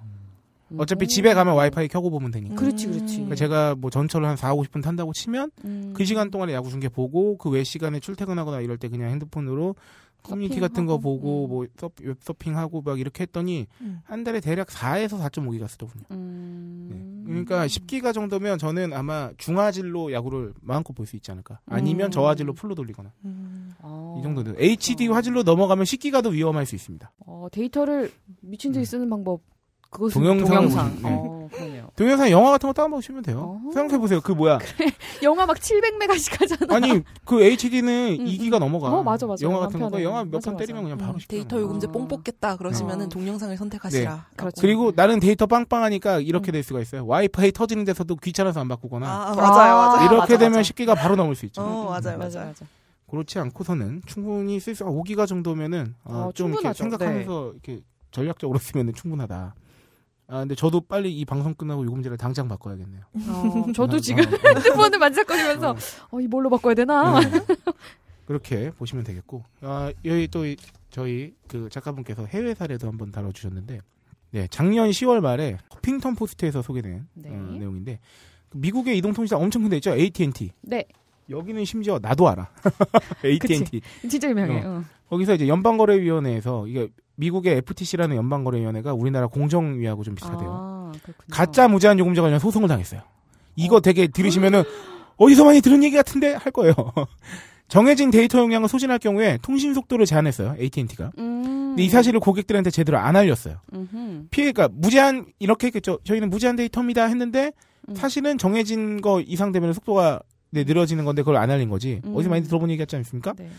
[SPEAKER 4] 어차피 집에 가면 와이파이 켜고 보면
[SPEAKER 6] 음.
[SPEAKER 4] 되니까.
[SPEAKER 5] 그렇지, 그렇지.
[SPEAKER 4] 그러니까 제가 뭐 전철을 한 4, 50분 탄다고 치면
[SPEAKER 5] 음.
[SPEAKER 4] 그 시간 동안에 야구 중계 보고 그 외 시간에 출퇴근하거나 이럴 때 그냥 핸드폰으로 커뮤니티 같은 거
[SPEAKER 5] 서핑하고,
[SPEAKER 4] 보고
[SPEAKER 5] 음.
[SPEAKER 4] 뭐 서, 웹서핑하고 막 이렇게 했더니
[SPEAKER 6] 음.
[SPEAKER 4] 한 달에 대략 4에서 4.5기가 쓰더군요.
[SPEAKER 5] 음.
[SPEAKER 4] 네. 그러니까 10기가 정도면 저는 아마 중화질로 야구를 마음껏 볼 수 있지 않을까. 아니면
[SPEAKER 5] 음.
[SPEAKER 4] 저화질로 풀로 돌리거나
[SPEAKER 6] 음.
[SPEAKER 5] 아.
[SPEAKER 4] 이 정도. 는 HD 화질로 넘어가면 10기가도 위험할 수 있습니다.
[SPEAKER 5] 어, 데이터를 미친
[SPEAKER 4] 음.
[SPEAKER 5] 듯이 쓰는 방법. 그것은
[SPEAKER 4] 동영상
[SPEAKER 5] 동영상.
[SPEAKER 4] 보는, 네.
[SPEAKER 5] 어, 그러네요.
[SPEAKER 4] 동영상 영화 같은 거 다운받으시면 돼요.
[SPEAKER 5] 어허.
[SPEAKER 4] 생각해 보세요. 그 뭐야?
[SPEAKER 5] 영화 막 700메가씩 하잖아.
[SPEAKER 4] 아니 그 HD는
[SPEAKER 5] 음,
[SPEAKER 4] 2기가 넘어가.
[SPEAKER 5] 어, 맞아, 맞아.
[SPEAKER 4] 영화
[SPEAKER 5] 영화
[SPEAKER 4] 같은 거
[SPEAKER 5] 편에.
[SPEAKER 4] 영화 몇
[SPEAKER 5] 맞아,
[SPEAKER 4] 편
[SPEAKER 5] 맞아.
[SPEAKER 4] 때리면 그냥 바로
[SPEAKER 6] 음,
[SPEAKER 4] 10기가
[SPEAKER 6] 데이터
[SPEAKER 4] 넘어가.
[SPEAKER 6] 요금제
[SPEAKER 5] 아.
[SPEAKER 6] 뽕 뽑겠다 그러시면은
[SPEAKER 4] 어.
[SPEAKER 5] 네.
[SPEAKER 6] 동영상을 선택하시라.
[SPEAKER 5] 그렇죠.
[SPEAKER 4] 그리고 나는 데이터 빵빵하니까 이렇게 될 수가 있어요. 와이파이 터지는 데서도 귀찮아서 안 바꾸거나
[SPEAKER 6] 아, 아, 맞아요,
[SPEAKER 5] 음. 아,
[SPEAKER 6] 맞아요.
[SPEAKER 4] 이렇게
[SPEAKER 6] 맞아,
[SPEAKER 4] 되면
[SPEAKER 6] 맞아.
[SPEAKER 4] 10기가 바로 넘을 수 있죠. 음.
[SPEAKER 6] 어, 맞아요,
[SPEAKER 5] 맞아,
[SPEAKER 6] 맞아요.
[SPEAKER 5] 맞아.
[SPEAKER 4] 그렇지 않고서는 충분히 쓸 수, 아, 5기가 정도면은 아,
[SPEAKER 5] 어,
[SPEAKER 4] 좀 이렇게
[SPEAKER 5] 충분하죠. 네.
[SPEAKER 4] 생각하면서 이렇게 전략적으로 쓰면 충분하다. 아, 근데 저도 빨리 이 방송 끝나고 요금제를 당장 바꿔야겠네요.
[SPEAKER 5] 어,
[SPEAKER 4] 아,
[SPEAKER 5] 저도 지금
[SPEAKER 4] 아,
[SPEAKER 5] 핸드폰을
[SPEAKER 4] 음.
[SPEAKER 5] 만지작거리면서 어, 이 뭘로 바꿔야 되나?
[SPEAKER 4] 네. 그렇게 보시면 되겠고 아, 여기 또 이- 저희 그 작가분께서 해외 사례도 한번 다뤄주셨는데 네 작년 10월 말에 허핑턴 포스트에서 소개된
[SPEAKER 5] 네.
[SPEAKER 4] 어, 내용인데 그 미국의 이동통신사 엄청 큰데 있죠 AT&T
[SPEAKER 5] 네.
[SPEAKER 4] 여기는 심지어 나도 알아 AT&T 음.
[SPEAKER 5] 진짜 유명해요.
[SPEAKER 4] 어,
[SPEAKER 5] 음.
[SPEAKER 4] 거기서 이제 연방거래위원회에서 이게 미국의 FTC라는 연방거래위원회가 우리나라 공정위하고 좀 비슷하대요.
[SPEAKER 1] 아, 그렇군요.
[SPEAKER 4] 가짜 무제한 요금제 관련 소송을 당했어요. 이거 되게 들으시면은 어디서 많이 들은 얘기 같은데 할 거예요. 정해진 데이터 용량을 소진할 경우에 통신 속도를 제한했어요. AT&T가.
[SPEAKER 1] 음.
[SPEAKER 4] 근데 이 사실을 고객들한테 제대로 안 알렸어요.
[SPEAKER 1] 음흠.
[SPEAKER 4] 피해가 무제한 이렇게 했겠죠. 저희는 무제한 데이터입니다 했는데
[SPEAKER 1] 음.
[SPEAKER 4] 사실은 정해진 거 이상 되면 속도가 네, 늘어지는 건데 그걸 안 알린 거지.
[SPEAKER 1] 음.
[SPEAKER 4] 어디서 많이 들어본 얘기 같지 않습니까?
[SPEAKER 5] 네.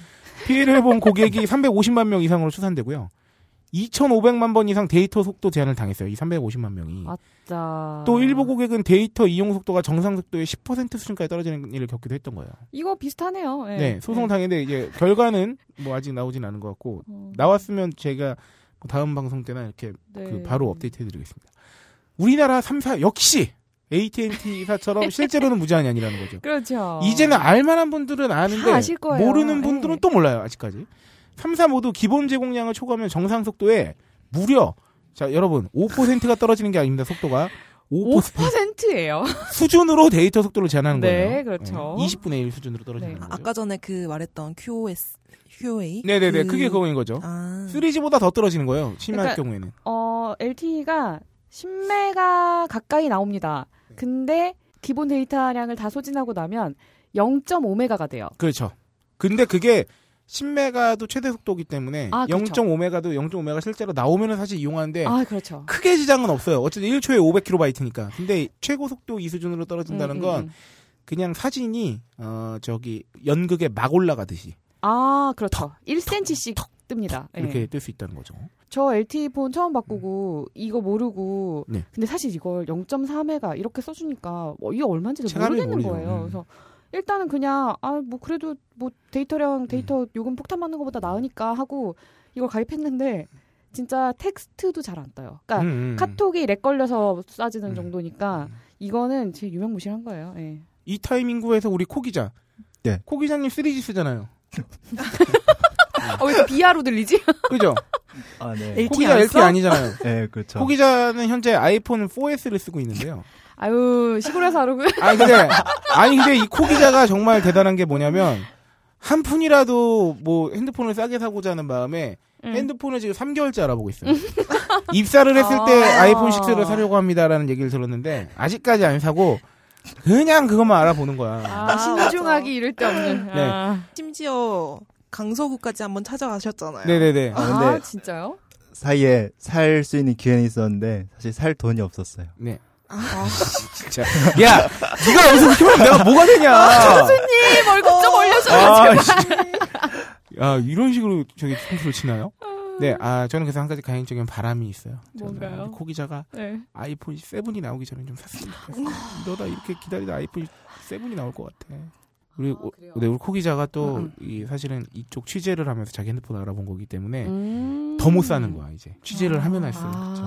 [SPEAKER 4] 피해를 본 고객이 350만 명 이상으로 추산되고요. 2,500만 번 이상 데이터 속도 제한을 당했어요. 이 350만 명이.
[SPEAKER 1] 아. 자.
[SPEAKER 4] 또 일부 고객은 데이터 이용 속도가 정상 속도의 10% 수준까지 떨어지는 일을 겪기도 했던 거예요.
[SPEAKER 5] 이거 비슷하네요. 네,
[SPEAKER 4] 네, 소송 당했는데 이제 결과는 뭐 아직 나오진 않은 것 같고
[SPEAKER 5] 어,
[SPEAKER 4] 나왔으면 제가 뭐 다음 방송 때나 이렇게
[SPEAKER 5] 네.
[SPEAKER 4] 그 바로 업데이트해드리겠습니다. 우리나라 3사 역시 AT&T사처럼 실제로는 무제한이 아니라는 거죠.
[SPEAKER 5] 그렇죠.
[SPEAKER 4] 이제는 아, 알만한 분들은 아는데
[SPEAKER 5] 다 아실 거예요.
[SPEAKER 4] 모르는 분들은
[SPEAKER 5] 네.
[SPEAKER 4] 또 몰라요 아직까지. 3사 모두 기본 제공량을 초과하면 정상 속도에 무려 자 여러분 5%가 떨어지는 게 아닙니다 속도가 5%
[SPEAKER 5] 5%예요.
[SPEAKER 4] 수준으로 데이터 속도를 제한하는
[SPEAKER 5] 네,
[SPEAKER 4] 거예요.
[SPEAKER 5] 그렇죠.
[SPEAKER 4] 20분의 1 수준으로 떨어지는
[SPEAKER 5] 네.
[SPEAKER 4] 거죠.
[SPEAKER 6] 아까 전에 그 말했던 QoS, QA.
[SPEAKER 4] 네네네 그게 그거인 거죠.
[SPEAKER 6] 아.
[SPEAKER 4] 3G보다 더 떨어지는 거예요. 심할
[SPEAKER 5] 그러니까-
[SPEAKER 4] 경우에는.
[SPEAKER 5] 어, LTE가 10메가 가까이 나옵니다.
[SPEAKER 4] 네.
[SPEAKER 5] 근데 기본 데이터량을 다 소진하고 나면 0.5메가가 돼요.
[SPEAKER 4] 그렇죠. 근데 그게 10메가도 최대 속도기 때문에
[SPEAKER 5] 아, 그렇죠.
[SPEAKER 4] 0.5메가도 0.5메가 실제로 나오면은 사실 이용하는데
[SPEAKER 5] 아, 그렇죠.
[SPEAKER 4] 크게 지장은 없어요. 어쨌든 1초에 500kb니까. 근데 최고 속도 이 수준으로 떨어진다는
[SPEAKER 5] 음, 음,
[SPEAKER 4] 건
[SPEAKER 5] 음.
[SPEAKER 4] 그냥 사진이 어 저기 연극에 막 올라가듯이
[SPEAKER 5] 아, 그렇죠. 1cm씩 뜹니다. 예.
[SPEAKER 4] 이렇게 뜰 수 있다는 거죠.
[SPEAKER 5] 저 LTE 폰 처음 바꾸고 이거 모르고
[SPEAKER 4] 네.
[SPEAKER 5] 근데 사실 이걸 0.3회가 이렇게 써주니까 뭐 이게 얼마인지도
[SPEAKER 4] 체감이
[SPEAKER 5] 모르겠는
[SPEAKER 4] 모르죠.
[SPEAKER 5] 거예요.
[SPEAKER 4] 음.
[SPEAKER 5] 그래서 일단은 그냥 아 뭐 그래도 뭐
[SPEAKER 4] 네.
[SPEAKER 5] 데이터량 데이터 요금 폭탄 맞는 것보다 나으니까 하고 이걸 가입했는데 진짜 텍스트도 잘 안 떠요. 그러니까
[SPEAKER 4] 음, 음.
[SPEAKER 5] 카톡이 렉 걸려서 쏴지는
[SPEAKER 4] 음.
[SPEAKER 5] 정도니까 이거는 진짜 유명무실한 거예요. 예.
[SPEAKER 4] 이 타이밍구에서 우리 코 기자.
[SPEAKER 7] 네.
[SPEAKER 4] 코 기자님 3G 쓰잖아요.
[SPEAKER 1] 어, 왜 비하로 들리지?
[SPEAKER 4] 그죠?
[SPEAKER 7] 아, 네.
[SPEAKER 6] LTE
[SPEAKER 4] 코 기자
[SPEAKER 6] 안
[SPEAKER 4] LTE
[SPEAKER 6] 써?
[SPEAKER 4] 아니잖아요.
[SPEAKER 7] 네, 그렇죠.
[SPEAKER 4] 코 기자는 현재 아이폰 4S를 쓰고 있는데요.
[SPEAKER 5] 아유 시골에서 그- 하고
[SPEAKER 4] 아니 근데 아니 근데 이 코 기자가 정말 대단한 게 뭐냐면 한 푼이라도 뭐 핸드폰을 싸게 사고자 하는 마음에 핸드폰을 지금 3개월째 알아보고 있어요. 입사를 했을 때
[SPEAKER 5] 아.
[SPEAKER 4] 아이폰 6를 사려고 합니다라는 얘기를 들었는데 아직까지 안 사고 그냥 그것만 알아보는 거야.
[SPEAKER 5] 아,
[SPEAKER 6] 맞아.
[SPEAKER 5] 신중하기 이를 데 없는.
[SPEAKER 4] 네.
[SPEAKER 5] 아,
[SPEAKER 6] 심지어 강서구까지 한번 찾아가셨잖아요.
[SPEAKER 4] 네네네.
[SPEAKER 7] 아, 근데
[SPEAKER 5] 아, 진짜요?
[SPEAKER 7] 사이에 살 수 있는 기회는 있었는데 사실 살 돈이 없었어요.
[SPEAKER 4] 네.
[SPEAKER 6] 아.
[SPEAKER 4] 진짜. 야, 네가 여기서 그렇게 말하면 내가 뭐가 되냐.
[SPEAKER 5] 님 얼굴 좀 올려줘.
[SPEAKER 4] 아, 씨. 아, 이런 식으로 저기 총수를 치나요? 네, 아, 저는 그래서 한 가지 가행적인 바람이 있어요. 저는
[SPEAKER 5] 뭔가요?
[SPEAKER 4] 우리 코 기자가
[SPEAKER 5] 네.
[SPEAKER 4] 아이폰 7이 나오기 전에 좀 샀으면 좋겠어. 너다 이렇게 기다리다 아이폰 7이 나올 것 같아. 우리, 오- 네, 우리 코 기자가 또,
[SPEAKER 5] 음,
[SPEAKER 4] 이 사실은 이쪽 취재를 하면서 자기 핸드폰을 알아본 거기 때문에
[SPEAKER 5] 음.
[SPEAKER 4] 네. 더 못 사는 거야, 이제. 취재를 하면 할수록.
[SPEAKER 5] 아.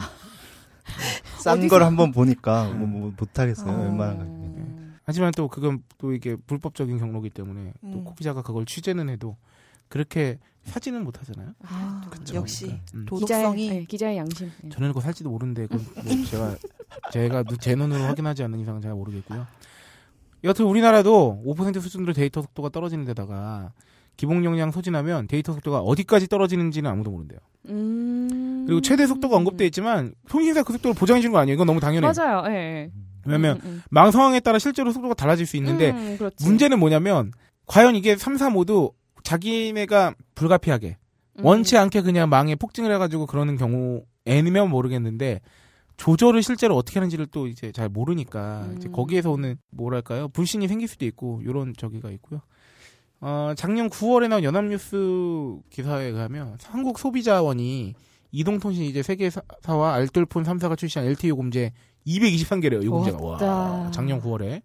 [SPEAKER 7] 싼 걸 한번 보니까 뭐, 뭐 못하겠어요.
[SPEAKER 5] 어.
[SPEAKER 7] 웬만한 가격에.
[SPEAKER 4] 하지만 또 그건 또 이게 불법적인 경로기 때문에 또
[SPEAKER 6] 음.
[SPEAKER 4] 코 기자가 그걸 취재는 해도 그렇게 사지는 못하잖아요.
[SPEAKER 6] 아,
[SPEAKER 5] 그쵸.
[SPEAKER 7] 그러니까
[SPEAKER 5] 그러니까.
[SPEAKER 6] 역시
[SPEAKER 4] 음.
[SPEAKER 6] 도덕성이
[SPEAKER 5] 기자의, 네, 기자의 양심. 네.
[SPEAKER 4] 저는 그거 살지도 모르는데 그건 뭐 제가 제가 눈- 제 눈으로 확인하지 않는 이상은 제가 모르겠고요. 여튼 우리나라도 5% 수준으로 데이터 속도가 떨어지는 데다가 기본 용량 소진하면 데이터 속도가 어디까지 떨어지는지는 아무도 모른대요.
[SPEAKER 5] 음.
[SPEAKER 4] 그리고 최대 속도가 언급돼 있지만 통신사 그 속도를 보장해 주는 거 아니에요. 이건 너무 당연해요.
[SPEAKER 5] 맞아요. 예. 예.
[SPEAKER 4] 왜냐면
[SPEAKER 5] 음, 음, 음.
[SPEAKER 4] 망 상황에 따라 실제로 속도가 달라질 수 있는데
[SPEAKER 5] 음, 그렇지.
[SPEAKER 4] 문제는 뭐냐면 과연 이게 3, 4 모두 자기네가 불가피하게
[SPEAKER 5] 음.
[SPEAKER 4] 원치 않게 그냥 망에 폭증을 해가지고 그러는 경우 애니면 모르겠는데 조절을 실제로 어떻게 하는지를 또 이제 잘 모르니까
[SPEAKER 5] 음.
[SPEAKER 4] 이제 거기에서 오는 뭐랄까요 불신이 생길 수도 있고 요런 저기가 있고요. 어, 작년 9월에 나온 연합뉴스 기사에 가면 한국 소비자원이 이동통신 이제 세계사와 알뜰폰 3사가 출시한 LTE 요금제 223개래요 요금제가 와
[SPEAKER 5] 어따.
[SPEAKER 4] 작년 9월에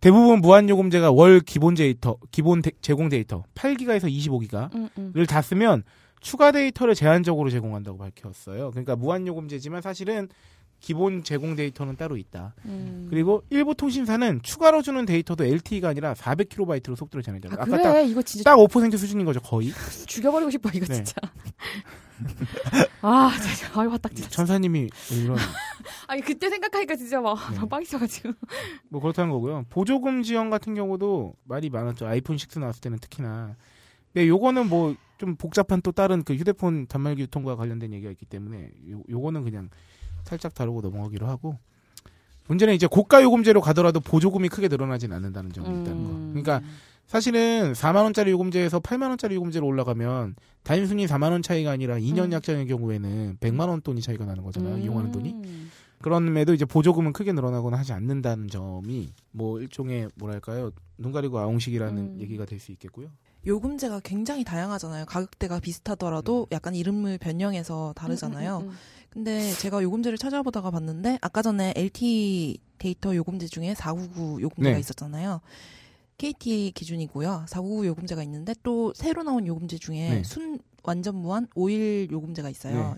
[SPEAKER 4] 대부분 무한 요금제가 월 기본 데이터 기본 데- 제공 데이터 8기가에서 25기가
[SPEAKER 5] 음, 음.
[SPEAKER 4] 를 다 쓰면 추가 데이터를 제한적으로 제공한다고 밝혔어요. 그러니까 무한 요금제지만 사실은 기본 제공 데이터는 따로 있다.
[SPEAKER 5] 음.
[SPEAKER 4] 그리고 일부 통신사는 추가로 주는 데이터도 LTE가 아니라 400kb로 속도를 제한해요.
[SPEAKER 5] 아,
[SPEAKER 4] 아까
[SPEAKER 5] 그래
[SPEAKER 4] 딱,
[SPEAKER 5] 이거 진짜
[SPEAKER 4] 딱 5% 수준인 거죠, 거의.
[SPEAKER 5] 죽여버리고 싶어 이거
[SPEAKER 4] 네.
[SPEAKER 5] 진짜. 아, 진짜 아유 화딱 진짜.
[SPEAKER 4] 천사님이 이런
[SPEAKER 5] 아니 그때 생각하니까 진짜 막
[SPEAKER 4] 네.
[SPEAKER 5] 빵이셔가지고.
[SPEAKER 4] 뭐 그렇다는 거고요. 보조금 지원 같은 경우도 말이 많았죠. 아이폰 6 나왔을 때는 특히나 근데 네, 요거는 뭐 좀 복잡한 또 다른 그 휴대폰 단말기 유통과 관련된 얘기가 있기 때문에 요, 요거는 그냥 살짝 다루고 넘어가기로 하고 문제는 이제 고가 요금제로 가더라도 보조금이 크게 늘어나진 않는다는 점이 있다는 거. 그러니까 사실은 4만 원짜리 요금제에서 8만 원짜리 요금제로 올라가면 단순히 4만 원 차이가 아니라 2년
[SPEAKER 5] 음.
[SPEAKER 4] 약정의 경우에는 100만 원 돈이 차이가 나는 거잖아요. 이용하는 돈이.
[SPEAKER 5] 음.
[SPEAKER 4] 그럼에도 이제 보조금은 크게 늘어나거나 하지 않는다는 점이 뭐 일종의 뭐랄까요 눈 가리고 아웅식이라는
[SPEAKER 5] 음.
[SPEAKER 4] 얘기가 될 수 있겠고요.
[SPEAKER 6] 요금제가 굉장히 다양하잖아요. 가격대가
[SPEAKER 5] 음.
[SPEAKER 6] 비슷하더라도 약간 이름을 변형해서 다르잖아요. 근데 제가 요금제를 찾아보다가 봤는데 아까 전에 LTE 데이터 요금제 중에 499 요금제가
[SPEAKER 4] 네.
[SPEAKER 6] 있었잖아요. KT 기준이고요. 499 요금제가 있는데 또 새로 나온 요금제 중에
[SPEAKER 4] 네.
[SPEAKER 6] 순 완전 무한 5일 요금제가
[SPEAKER 5] 네.
[SPEAKER 6] 있어요.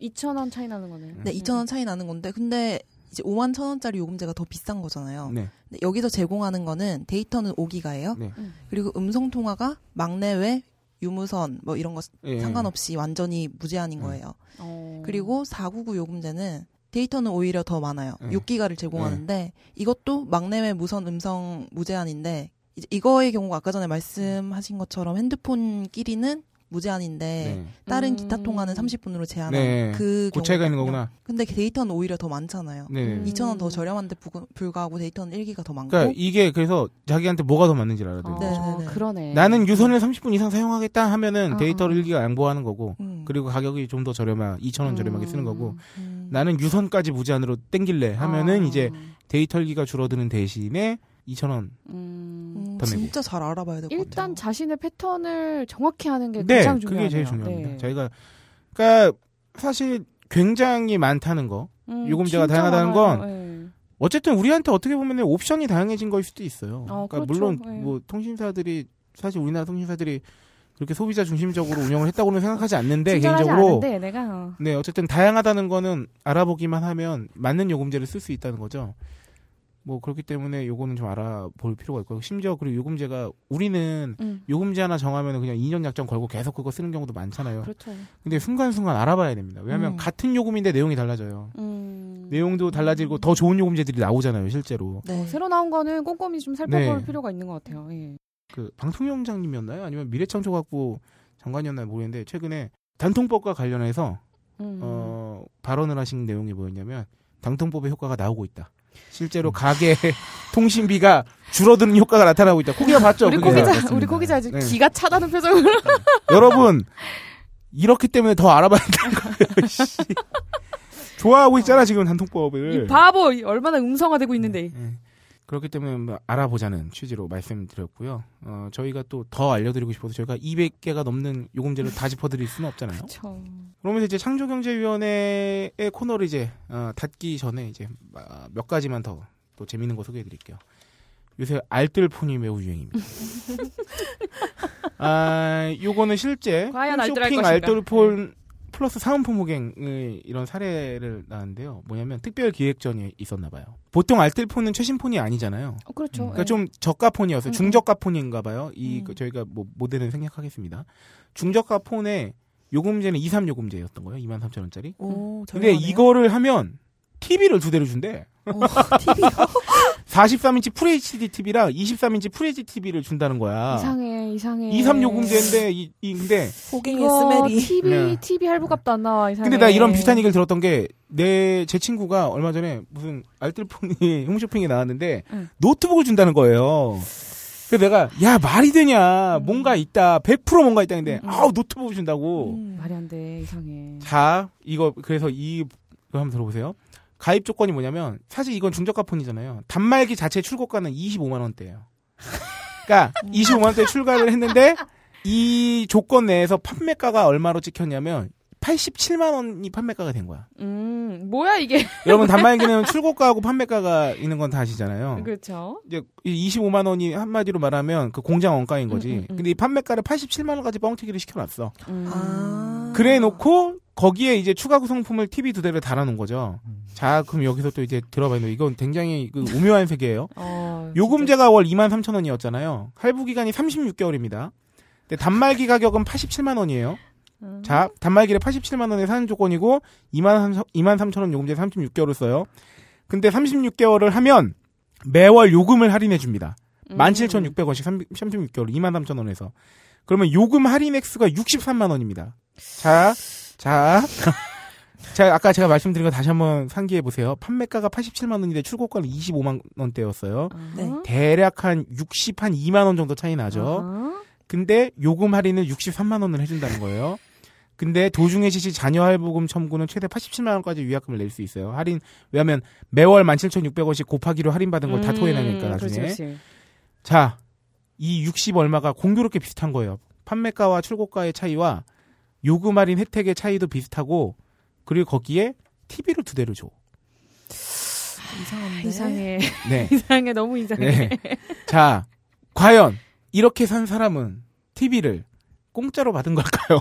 [SPEAKER 5] 2,000원 음, 차이 나는 거네요. 음,
[SPEAKER 6] 네, 2,000원 차이 나는 건데 근데 이제 5만 1,000원짜리 요금제가 더 비싼 거잖아요.
[SPEAKER 4] 네.
[SPEAKER 6] 근데 여기서 제공하는 거는 데이터는 5기가예요.
[SPEAKER 4] 네.
[SPEAKER 5] 음.
[SPEAKER 6] 그리고 음성 통화가 막내외 유무선 뭐 이런 거
[SPEAKER 4] 예.
[SPEAKER 6] 상관없이 완전히 무제한인
[SPEAKER 4] 네.
[SPEAKER 6] 거예요.
[SPEAKER 5] 어.
[SPEAKER 6] 그리고 499 요금제는 데이터는 오히려 더 많아요.
[SPEAKER 4] 네.
[SPEAKER 6] 6기가를 제공하는데 이것도 막내외 무선 음성 무제한인데 이제 이거의 경우가 아까 전에 말씀하신 것처럼 핸드폰끼리는 무제한인데
[SPEAKER 4] 네.
[SPEAKER 6] 다른
[SPEAKER 5] 음.
[SPEAKER 6] 기타 통화는 30분으로 제한한
[SPEAKER 4] 네.
[SPEAKER 6] 그
[SPEAKER 4] 그 차이가 있는
[SPEAKER 6] 경우거든요.
[SPEAKER 4] 거구나.
[SPEAKER 6] 근데 데이터는 오히려 더 많잖아요.
[SPEAKER 4] 네.
[SPEAKER 5] 음.
[SPEAKER 6] 2,000원 더 저렴한데 부- 불구하고 데이터는 1기가 더 많고
[SPEAKER 4] 그러니까 이게 그래서 자기한테 뭐가 더 맞는지 를 알아야 돼요.
[SPEAKER 6] 네, 네, 네.
[SPEAKER 5] 어, 그러네.
[SPEAKER 4] 나는 유선을 30분 이상 사용하겠다 하면은
[SPEAKER 5] 어,
[SPEAKER 4] 데이터를
[SPEAKER 5] 어.
[SPEAKER 4] 1기가 양보하는 거고
[SPEAKER 6] 음.
[SPEAKER 4] 그리고 가격이 좀 더 저렴한 2,000원 저렴하게 쓰는 거고
[SPEAKER 6] 음.
[SPEAKER 4] 나는 유선까지 무제한으로 땡길래 하면은
[SPEAKER 5] 아.
[SPEAKER 4] 이제 데이터 1기가 줄어드는 대신에 2,000원
[SPEAKER 5] 음.
[SPEAKER 6] 음,
[SPEAKER 4] 더 내고.
[SPEAKER 6] 진짜 잘 알아봐야 될 것 같아요.
[SPEAKER 5] 일단 자신의 패턴을 정확히 하는 게
[SPEAKER 4] 네,
[SPEAKER 5] 가장 중요해요.
[SPEAKER 4] 그게 제일 중요합니다. 저희가 그러니까 사실 굉장히 많다는 거.
[SPEAKER 5] 음,
[SPEAKER 4] 요금제가 다양하다는 건
[SPEAKER 5] 네.
[SPEAKER 4] 어쨌든 우리한테 어떻게 보면 옵션이 다양해진 거일 수도 있어요.
[SPEAKER 5] 어,
[SPEAKER 4] 그러니까
[SPEAKER 5] 그렇죠.
[SPEAKER 4] 물론
[SPEAKER 5] 예.
[SPEAKER 4] 뭐 통신사들이 사실 우리나라 통신사들이 그렇게 소비자 중심적으로 운영을 했다고는 생각하지 않는데 개인적으로
[SPEAKER 5] 않은데, 내가
[SPEAKER 4] 네 어쨌든 다양하다는 거는 알아보기만 하면 맞는 요금제를 쓸 수 있다는 거죠. 뭐 그렇기 때문에 요거는 좀 알아볼 필요가 있고 심지어 그리고 요금제가 우리는
[SPEAKER 5] 음.
[SPEAKER 4] 요금제 하나 정하면 그냥 2년 약정 걸고 계속 그거 쓰는 경우도 많잖아요.
[SPEAKER 5] 그렇죠.
[SPEAKER 4] 근데 순간순간 알아봐야 됩니다. 왜냐하면
[SPEAKER 6] 음.
[SPEAKER 4] 같은 요금인데 내용이 달라져요.
[SPEAKER 5] 음.
[SPEAKER 4] 내용도 달라지고 더 좋은 요금제들이 나오잖아요, 실제로.
[SPEAKER 6] 네.
[SPEAKER 5] 어, 새로 나온 거는 꼼꼼히 좀 살펴볼
[SPEAKER 4] 네.
[SPEAKER 5] 필요가 있는 것 같아요. 예.
[SPEAKER 4] 그 방통위원장님이었나요? 아니면 미래창조학부 장관이었나요? 모르겠는데 최근에 단통법과 관련해서
[SPEAKER 5] 음.
[SPEAKER 4] 어, 발언을 하신 내용이 뭐였냐면 당통법의 효과가 나오고 있다.
[SPEAKER 5] 음.
[SPEAKER 4] 실제로 가게 통신비가 줄어드는 효과가 나타나고 있다. 코기가 봤죠?
[SPEAKER 5] 그렇죠. 우리
[SPEAKER 4] 그게?
[SPEAKER 5] 고기자,
[SPEAKER 4] 맞습니다.
[SPEAKER 5] 우리 고기자 지금
[SPEAKER 4] 네.
[SPEAKER 5] 기가 차다는 표정으로.
[SPEAKER 4] 여러분 이렇기 때문에 더 알아봐야 된다는 거예요. 씨. 좋아하고 있잖아 지금 단통법을.
[SPEAKER 5] 이 바보 이 얼마나 음성화되고 있는데.
[SPEAKER 4] 예. 그렇기 때문에 뭐 알아보자는 취지로 말씀드렸고요. 어, 저희가 또 더 알려드리고 싶어서 저희가 200개가 넘는 요금제를 다 짚어드릴 수는 없잖아요.
[SPEAKER 5] 그렇죠.
[SPEAKER 4] 음, 그러면서 이제 창조경제위원회의 코너를 이제 어, 닫기 전에 이제 아, 몇 가지만 더 또 재밌는 거 소개해드릴게요. 요새 알뜰폰이 매우 유행입니다. 아, 요거는 실제
[SPEAKER 5] 과연 알뜰할
[SPEAKER 4] 쇼핑
[SPEAKER 5] 것인가?
[SPEAKER 4] 알뜰폰 플러스 사은품 호갱의 이런 사례를 나는데요. 뭐냐면 특별 기획전이 있었나 봐요. 보통 알뜰폰은 최신폰이 아니잖아요.
[SPEAKER 5] 어, 그렇죠.
[SPEAKER 4] 그러니까
[SPEAKER 5] 예.
[SPEAKER 4] 좀 저가 폰이었어요.
[SPEAKER 5] 음,
[SPEAKER 4] 중저가 폰인가 봐요. 이
[SPEAKER 5] 음.
[SPEAKER 4] 그 저희가 뭐 모델은 생략하겠습니다. 중저가 폰의 요금제는 2, 3 요금제였던 거예요. 23,000원짜리.
[SPEAKER 5] 음.
[SPEAKER 6] 오,
[SPEAKER 4] 근데
[SPEAKER 6] 저렴하네요.
[SPEAKER 4] 이거를 하면 TV를 두 대를 준대.
[SPEAKER 6] 어, TV요?
[SPEAKER 4] 43인치 FHD TV랑 23인치 FHD TV를 준다는 거야.
[SPEAKER 5] 예. 이상해, 이상해.
[SPEAKER 4] 2, 3 요금제인데 이, 이- 근데
[SPEAKER 6] 호갱의
[SPEAKER 5] 이거
[SPEAKER 6] 스멜이
[SPEAKER 5] TV
[SPEAKER 4] 네.
[SPEAKER 5] TV 할부값도 안 나와 이상해.
[SPEAKER 4] 근데 나 이런 비슷한 얘기를 들었던 게 내 제 친구가 얼마 전에 무슨 알뜰폰이 홈쇼핑에 나왔는데
[SPEAKER 5] 응.
[SPEAKER 4] 노트북을 준다는 거예요. 그래서 내가 야 말이 되냐 뭔가 있다 100% 뭔가 있다는데
[SPEAKER 5] 음.
[SPEAKER 4] 아우 노트북을 준다고.
[SPEAKER 6] 음.
[SPEAKER 5] 말이 안 돼, 이상해.
[SPEAKER 4] 자 이거 그래서 이 이거 한번 들어보세요. 가입 조건이 뭐냐면 사실 이건 중저가 폰이잖아요. 단말기 자체 출고가는 25만 원대예요. 그러니까 25만 원대 출가를 했는데 이 조건 내에서 판매가가 얼마로 찍혔냐면 87만 원이 판매가가 된 거야.
[SPEAKER 5] 음, 뭐야 이게?
[SPEAKER 4] 여러분 단말기는 출고가하고 판매가가 있는 건 다 아시잖아요.
[SPEAKER 5] 그렇죠.
[SPEAKER 4] 이제 이 25만 원이 한마디로 말하면 그 공장 원가인 거지.
[SPEAKER 5] 음, 음, 음.
[SPEAKER 4] 근데 이 판매가를 87만 원까지 뻥튀기를 시켜놨어.
[SPEAKER 5] 음.
[SPEAKER 6] 아.
[SPEAKER 4] 그래 놓고 거기에 이제 추가 구성품을 TV 두 대를 달아놓은 거죠.
[SPEAKER 7] 음.
[SPEAKER 4] 자, 그럼 여기서 또 이제 들어봐야 돼요. 이건 굉장히 그 오묘한 세계예요.
[SPEAKER 5] 어,
[SPEAKER 4] 요금제가 월 2만 3천 원이었잖아요. 할부 기간이 36개월입니다. 근데 단말기 가격은 87만 원이에요.
[SPEAKER 5] 진짜.
[SPEAKER 4] 자, 단말기를 87만 원에 사는 조건이고 2만 3, 2만 3천 원 요금제 36개월을 써요. 근데 36개월을 하면 매월 요금을 할인해 줍니다.
[SPEAKER 5] 음.
[SPEAKER 4] 17,600원씩 36개월 2만 3천 원에서. 그러면 요금 할인 액수가 63만 원입니다. 자, 자. 자, 아까 제가 말씀드린 거 다시 한번 상기해 보세요. 판매가가 87만 원인데 출고가는 25만 원대였어요.
[SPEAKER 6] 네.
[SPEAKER 4] 음? 대략 한 60, 한 2만 원 정도 차이 나죠. 근데 요금 할인을 63만 원을 해준다는 거예요. 근데 도중에 실시 자녀 할부금 첨구는 최대 87만 원까지 위약금을 낼 수 있어요. 할인 왜냐하면 매월 17,600원씩 곱하기로 할인받은 걸 다
[SPEAKER 5] 음,
[SPEAKER 4] 토해내니까 나중에. 자, 이 60 얼마가 공교롭게 비슷한 거예요. 판매가와 출고가의 차이와 요금 할인 혜택의 차이도 비슷하고 그리고 거기에 TV를 두 대를 줘.
[SPEAKER 5] 네.
[SPEAKER 6] 이상한데.
[SPEAKER 5] 이상해.
[SPEAKER 4] 네.
[SPEAKER 5] 이상해. 너무 이상해.
[SPEAKER 4] 네. 자, 과연 이렇게 산 사람은 TV를 공짜로 받은 걸까요?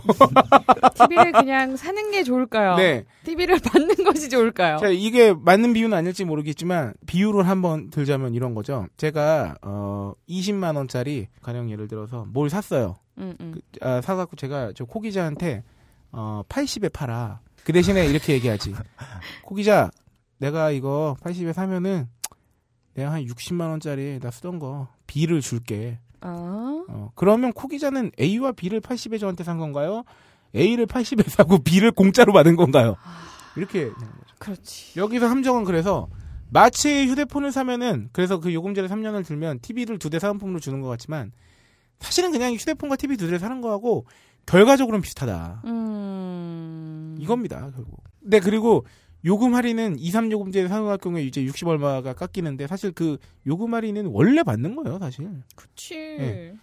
[SPEAKER 5] TV를 그냥 사는 게 좋을까요?
[SPEAKER 4] 네.
[SPEAKER 5] TV를 받는 것이 좋을까요?
[SPEAKER 4] 자, 이게 맞는 비유는 아닐지 모르겠지만 비유를 한번 들자면 이런 거죠. 제가 어 20만 원짜리 가령 예를 들어서 뭘 샀어요.
[SPEAKER 5] 음, 음.
[SPEAKER 4] 아, 사갖고 제가 저 코기자한테 어 80에 팔아. 그 대신에 이렇게 얘기하지. 코기자, 내가 이거 80에 사면은 내가 한 60만 원짜리 나 쓰던 거 B를 줄게.
[SPEAKER 5] 아,
[SPEAKER 4] 어, 그러면 코기자는 A와 B를 80에 저한테 산 건가요? A를 80에 사고 B를 공짜로 받은 건가요? 이렇게 되는 거죠.
[SPEAKER 5] 그렇지.
[SPEAKER 4] 여기서 함정은 그래서 마치 휴대폰을 사면은 그래서 그 요금제를 3년을 들면 TV를 두 대 사은품으로 주는 것 같지만 사실은 그냥 휴대폰과 TV 두 대를 사는 거하고 결과적으로는 비슷하다.
[SPEAKER 5] 음.
[SPEAKER 4] 이겁니다, 결국. 네, 그리고 요금 할인은 2, 3 요금제 사용할 경우에 이제 60 얼마가 깎이는데 사실 그 요금 할인은 원래 받는 거예요, 사실.
[SPEAKER 5] 그렇지.
[SPEAKER 4] 예.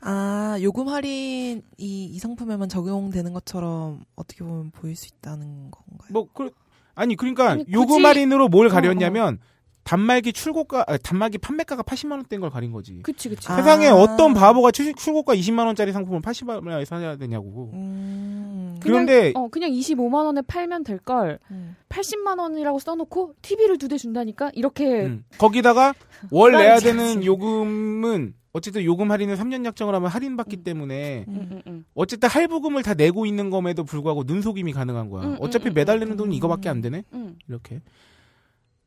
[SPEAKER 6] 아 요금 할인이 이 상품에만 적용되는 것처럼 어떻게 보면 보일 수 있다는 건가요?
[SPEAKER 4] 뭐 그, 아니 그러니까
[SPEAKER 5] 아니, 굳이-
[SPEAKER 4] 요금 할인으로 뭘 가렸냐면
[SPEAKER 5] 어,
[SPEAKER 4] 단말기 출고가 아, 단말기 판매가가 80만 원대인 걸 가린 거지.
[SPEAKER 5] 그치, 그치.
[SPEAKER 6] 아.
[SPEAKER 4] 세상에 어떤 바보가 출, 출고가 20만 원짜리 상품을 80만 원에 사야 되냐고.
[SPEAKER 6] 음,
[SPEAKER 5] 그냥-
[SPEAKER 4] 그런데
[SPEAKER 5] 어, 그냥 25만원에 팔면 될 걸
[SPEAKER 6] 음.
[SPEAKER 5] 80만원이라고 써놓고 TV를 두 대 준다니까? 이렇게.
[SPEAKER 4] 음, 거기다가 월
[SPEAKER 5] 네. 난
[SPEAKER 4] 내야
[SPEAKER 5] 자신.
[SPEAKER 4] 되는 요금은 어쨌든 요금 할인은 3년 약정을 하면 할인 받기 때문에
[SPEAKER 5] 음, 음, 음.
[SPEAKER 4] 어쨌든 할부금을 다 내고 있는 검에도 불구하고 눈속임이 가능한 거야.
[SPEAKER 5] 음, 음,
[SPEAKER 4] 어차피
[SPEAKER 5] 음,
[SPEAKER 4] 매달리는
[SPEAKER 6] 음.
[SPEAKER 4] 돈이 이거밖에 안 되네.
[SPEAKER 5] 음.
[SPEAKER 4] 이렇게.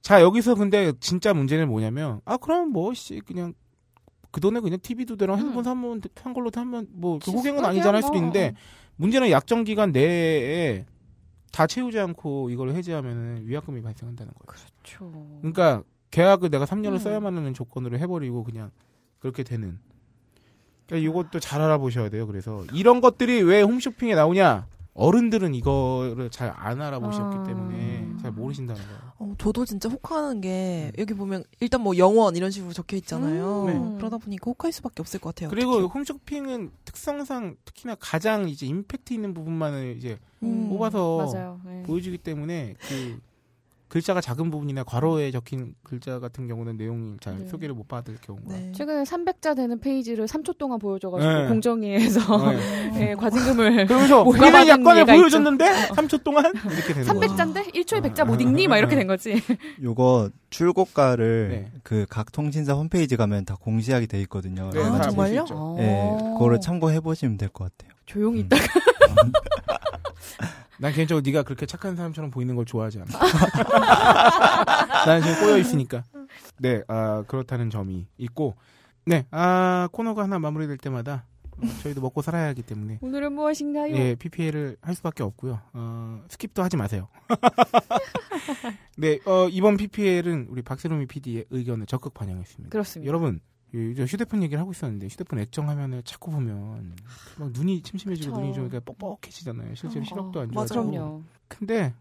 [SPEAKER 4] 자, 여기서 근데 진짜 문제는 뭐냐면, 아, 그럼 뭐, 씨, 그냥, 그 돈에 그냥 TV 두 대랑 핸드폰
[SPEAKER 5] 음.
[SPEAKER 4] 사면, 한 걸로 사면, 뭐, 그
[SPEAKER 5] 진짜
[SPEAKER 4] 호갱은
[SPEAKER 5] 그냥
[SPEAKER 4] 아니잖아 할 수도
[SPEAKER 5] 뭐,
[SPEAKER 4] 있는데, 문제는 약정기간 내에 다 채우지 않고 이걸 해지하면 위약금이 발생한다는 거예요.
[SPEAKER 5] 그렇죠.
[SPEAKER 4] 그러니까, 계약을 내가 3년을
[SPEAKER 5] 음.
[SPEAKER 4] 써야만 하는 조건으로 해버리고, 그냥, 그렇게 되는. 그러니까
[SPEAKER 5] 아,
[SPEAKER 4] 이것도 잘 알아보셔야 돼요. 그래서, 이런 것들이 왜 홈쇼핑에 나오냐? 어른들은 이거를 잘 안 알아보셨기
[SPEAKER 5] 아.
[SPEAKER 4] 때문에 잘 모르신다는 거예요.
[SPEAKER 6] 어, 저도 진짜 혹하는 게
[SPEAKER 4] 음.
[SPEAKER 6] 여기 보면 일단 뭐 영원 이런 식으로 적혀 있잖아요.
[SPEAKER 5] 음. 네.
[SPEAKER 6] 그러다 보니까 혹할 수밖에 없을 것
[SPEAKER 5] 음,
[SPEAKER 6] 같아요.
[SPEAKER 4] 그리고
[SPEAKER 6] 어떡해요.
[SPEAKER 4] 홈쇼핑은 특성상 특히나 가장 이제 임팩트 있는 부분만을 이제 뽑아서
[SPEAKER 5] 음, 맞아요. 예.
[SPEAKER 4] 보여주기 때문에 그 글자가 작은 부분이나 괄호에 적힌 글자 같은 경우는 내용이 잘
[SPEAKER 5] 네.
[SPEAKER 4] 소개를 못 받을 경우가
[SPEAKER 6] 네.
[SPEAKER 5] 최근에 300자 되는 페이지를 3초 동안 보여줘가지고
[SPEAKER 4] 네.
[SPEAKER 5] 공정위에서 예, 과징금을
[SPEAKER 4] 그러면서
[SPEAKER 5] 뭐가
[SPEAKER 4] 우리는
[SPEAKER 5] 받은
[SPEAKER 4] 약관을
[SPEAKER 5] 예가 어.
[SPEAKER 4] 보여줬는데 3초 동안 이렇게 되는 거죠.
[SPEAKER 5] 300자인데 1초에 100자 못 읽니? 막 이렇게 된 거지.
[SPEAKER 7] 요거 출고가를
[SPEAKER 4] 네.
[SPEAKER 7] 그 각 통신사 홈페이지 가면 다 공시하게 돼
[SPEAKER 5] 아,
[SPEAKER 7] 있거든요.
[SPEAKER 4] 네,
[SPEAKER 7] 그래가지고
[SPEAKER 4] 다
[SPEAKER 6] 정말요?
[SPEAKER 4] 볼수
[SPEAKER 5] 어.
[SPEAKER 4] 있죠.
[SPEAKER 7] 예, 그거를 참고해 보시면 될 것 같아요.
[SPEAKER 5] 조용히
[SPEAKER 7] 음.
[SPEAKER 5] 있다가
[SPEAKER 4] 난 개인적으로 네가 그렇게 착한 사람처럼 보이는 걸 좋아하지 않아. 나는 지금 꼬여 있으니까. 네, 아, 그렇다는 점이 있고, 네, 아, 코너가 하나 마무리될 때마다 어, 저희도 먹고 살아야 하기 때문에
[SPEAKER 5] 오늘은 무엇인가요?
[SPEAKER 4] 예, PPL을 할 수밖에 없고요. 어, 스킵도 하지 마세요. 네, 어, 이번 PPL은 우리 박세롬이 PD의 의견을 적극 반영했습니다.
[SPEAKER 5] 그렇습니다.
[SPEAKER 4] 여러분, 이- 이제 휴대폰 얘기를 하고 있었는데 휴대폰 액정 화면을 자꾸 보면 막 눈이 침침해지고
[SPEAKER 5] 그쵸.
[SPEAKER 4] 눈이 좀 이렇게 뻑뻑해지잖아요. 실제로
[SPEAKER 5] 어,
[SPEAKER 4] 시력도 안
[SPEAKER 6] 맞아.
[SPEAKER 4] 좋아지고.
[SPEAKER 5] 그럼요.
[SPEAKER 4] 근데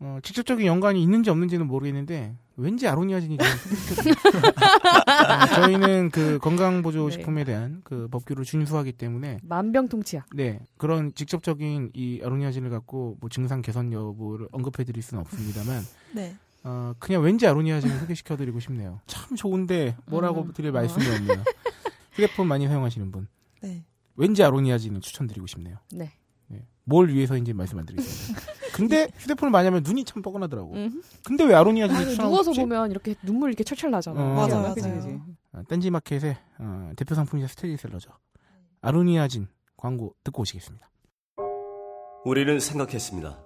[SPEAKER 4] 어, 직접적인 연관이 있는지 없는지는 모르겠는데 왠지 아로니아진이 좀 소개시켜줘요. 어, 저희는 그
[SPEAKER 5] 네.
[SPEAKER 4] 건강보조식품에 대한 그 법규를 준수하기 때문에
[SPEAKER 5] 만병통치약.
[SPEAKER 4] 네 그런 직접적인 이 아로니아진을 갖고 뭐 증상 개선 여부를 언급해드릴 수는 없습니다만
[SPEAKER 6] 네.
[SPEAKER 4] 어, 그냥 왠지 아로니아진을 소개시켜드리고 싶네요. 참 좋은데 뭐라고
[SPEAKER 5] 음.
[SPEAKER 4] 드릴 말씀이 없네요. 휴대폰 많이 사용하시는 분
[SPEAKER 6] 네.
[SPEAKER 4] 왠지 아로니아진을 추천드리고 싶네요.
[SPEAKER 5] 네.
[SPEAKER 4] 네. 뭘 위해서인지 말씀 안 드리겠습니다. 근데 휴대폰을 많이 하면 눈이 참 뻐근하더라고.
[SPEAKER 5] 음.
[SPEAKER 4] 근데 왜 아로니아진을
[SPEAKER 5] 아니,
[SPEAKER 4] 추천하고
[SPEAKER 5] 누워서
[SPEAKER 4] 싶지?
[SPEAKER 5] 보면 이렇게 눈물 이렇게 철철 나잖아.
[SPEAKER 4] 어.
[SPEAKER 5] 희한하다.
[SPEAKER 6] 맞아요,
[SPEAKER 5] 그지,
[SPEAKER 6] 맞아요.
[SPEAKER 5] 그지.
[SPEAKER 4] 아, 딴지마켓의 어, 대표 상품이자 스테디셀러죠. 아로니아진 광고 듣고 오시겠습니다.
[SPEAKER 11] 우리는 생각했습니다.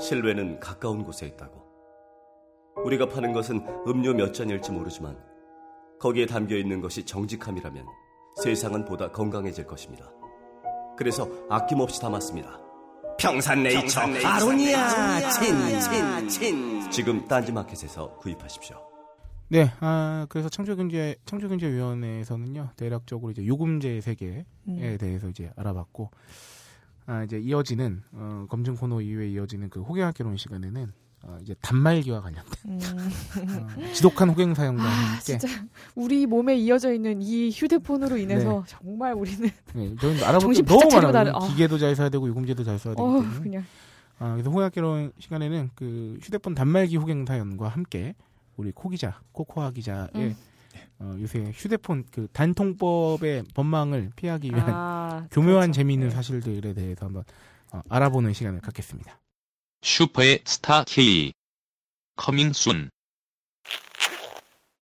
[SPEAKER 11] 실외는 가까운 곳에 있다고. 우리가 파는 것은 음료 몇 잔일지 모르지만 거기에 담겨 있는 것이 정직함이라면 세상은 보다 건강해질 것입니다. 그래서 아낌없이 담았습니다. 평산네이처
[SPEAKER 12] 평산네이처
[SPEAKER 11] 아로니아
[SPEAKER 12] 아로니아
[SPEAKER 11] 친, 친, 친. 지금 딴지마켓에서 구입하십시오.
[SPEAKER 4] 네, 아, 그래서 창조경제, 창조경제위원회에서는요, 대략적으로 이제 요금제 세계에
[SPEAKER 5] 네.
[SPEAKER 6] 음.
[SPEAKER 4] 대해서 이제 알아봤고, 아, 이제 이어지는, 어, 검증 코너 이후에 이어지는 그 호갱학개론 시간에는, 어, 이제 단말기와 관련된,
[SPEAKER 6] 음.
[SPEAKER 4] 어, 지독한 호갱 사용과 함께,
[SPEAKER 5] 네. 아, 진짜 우리 몸에 이어져 있는 이 휴대폰으로 인해서 정말 우리는
[SPEAKER 4] 네, 저희는 알아볼 게
[SPEAKER 5] 정신
[SPEAKER 4] 너무
[SPEAKER 5] 바짝 차리고
[SPEAKER 4] 많아요.
[SPEAKER 5] 나를- 아.
[SPEAKER 4] 기계도 잘 사야 되고, 요금제도 잘 써야 되기
[SPEAKER 5] 어
[SPEAKER 4] 때문에.
[SPEAKER 5] 그냥
[SPEAKER 4] 아, 그래서 호갱학개론 시간에는 그 휴대폰 단말기 호갱 사연과 함께, 우리 코 기자, 코코아 기자의
[SPEAKER 1] 음.
[SPEAKER 4] 어, 요새 휴대폰 그 단통법의 법망을 피하기 위한
[SPEAKER 1] 아,
[SPEAKER 4] 교묘한 재미있는 사실들에 대해서 한번 어, 알아보는 시간을 갖겠습니다.
[SPEAKER 13] 슈퍼의 스타 K. 커밍 순.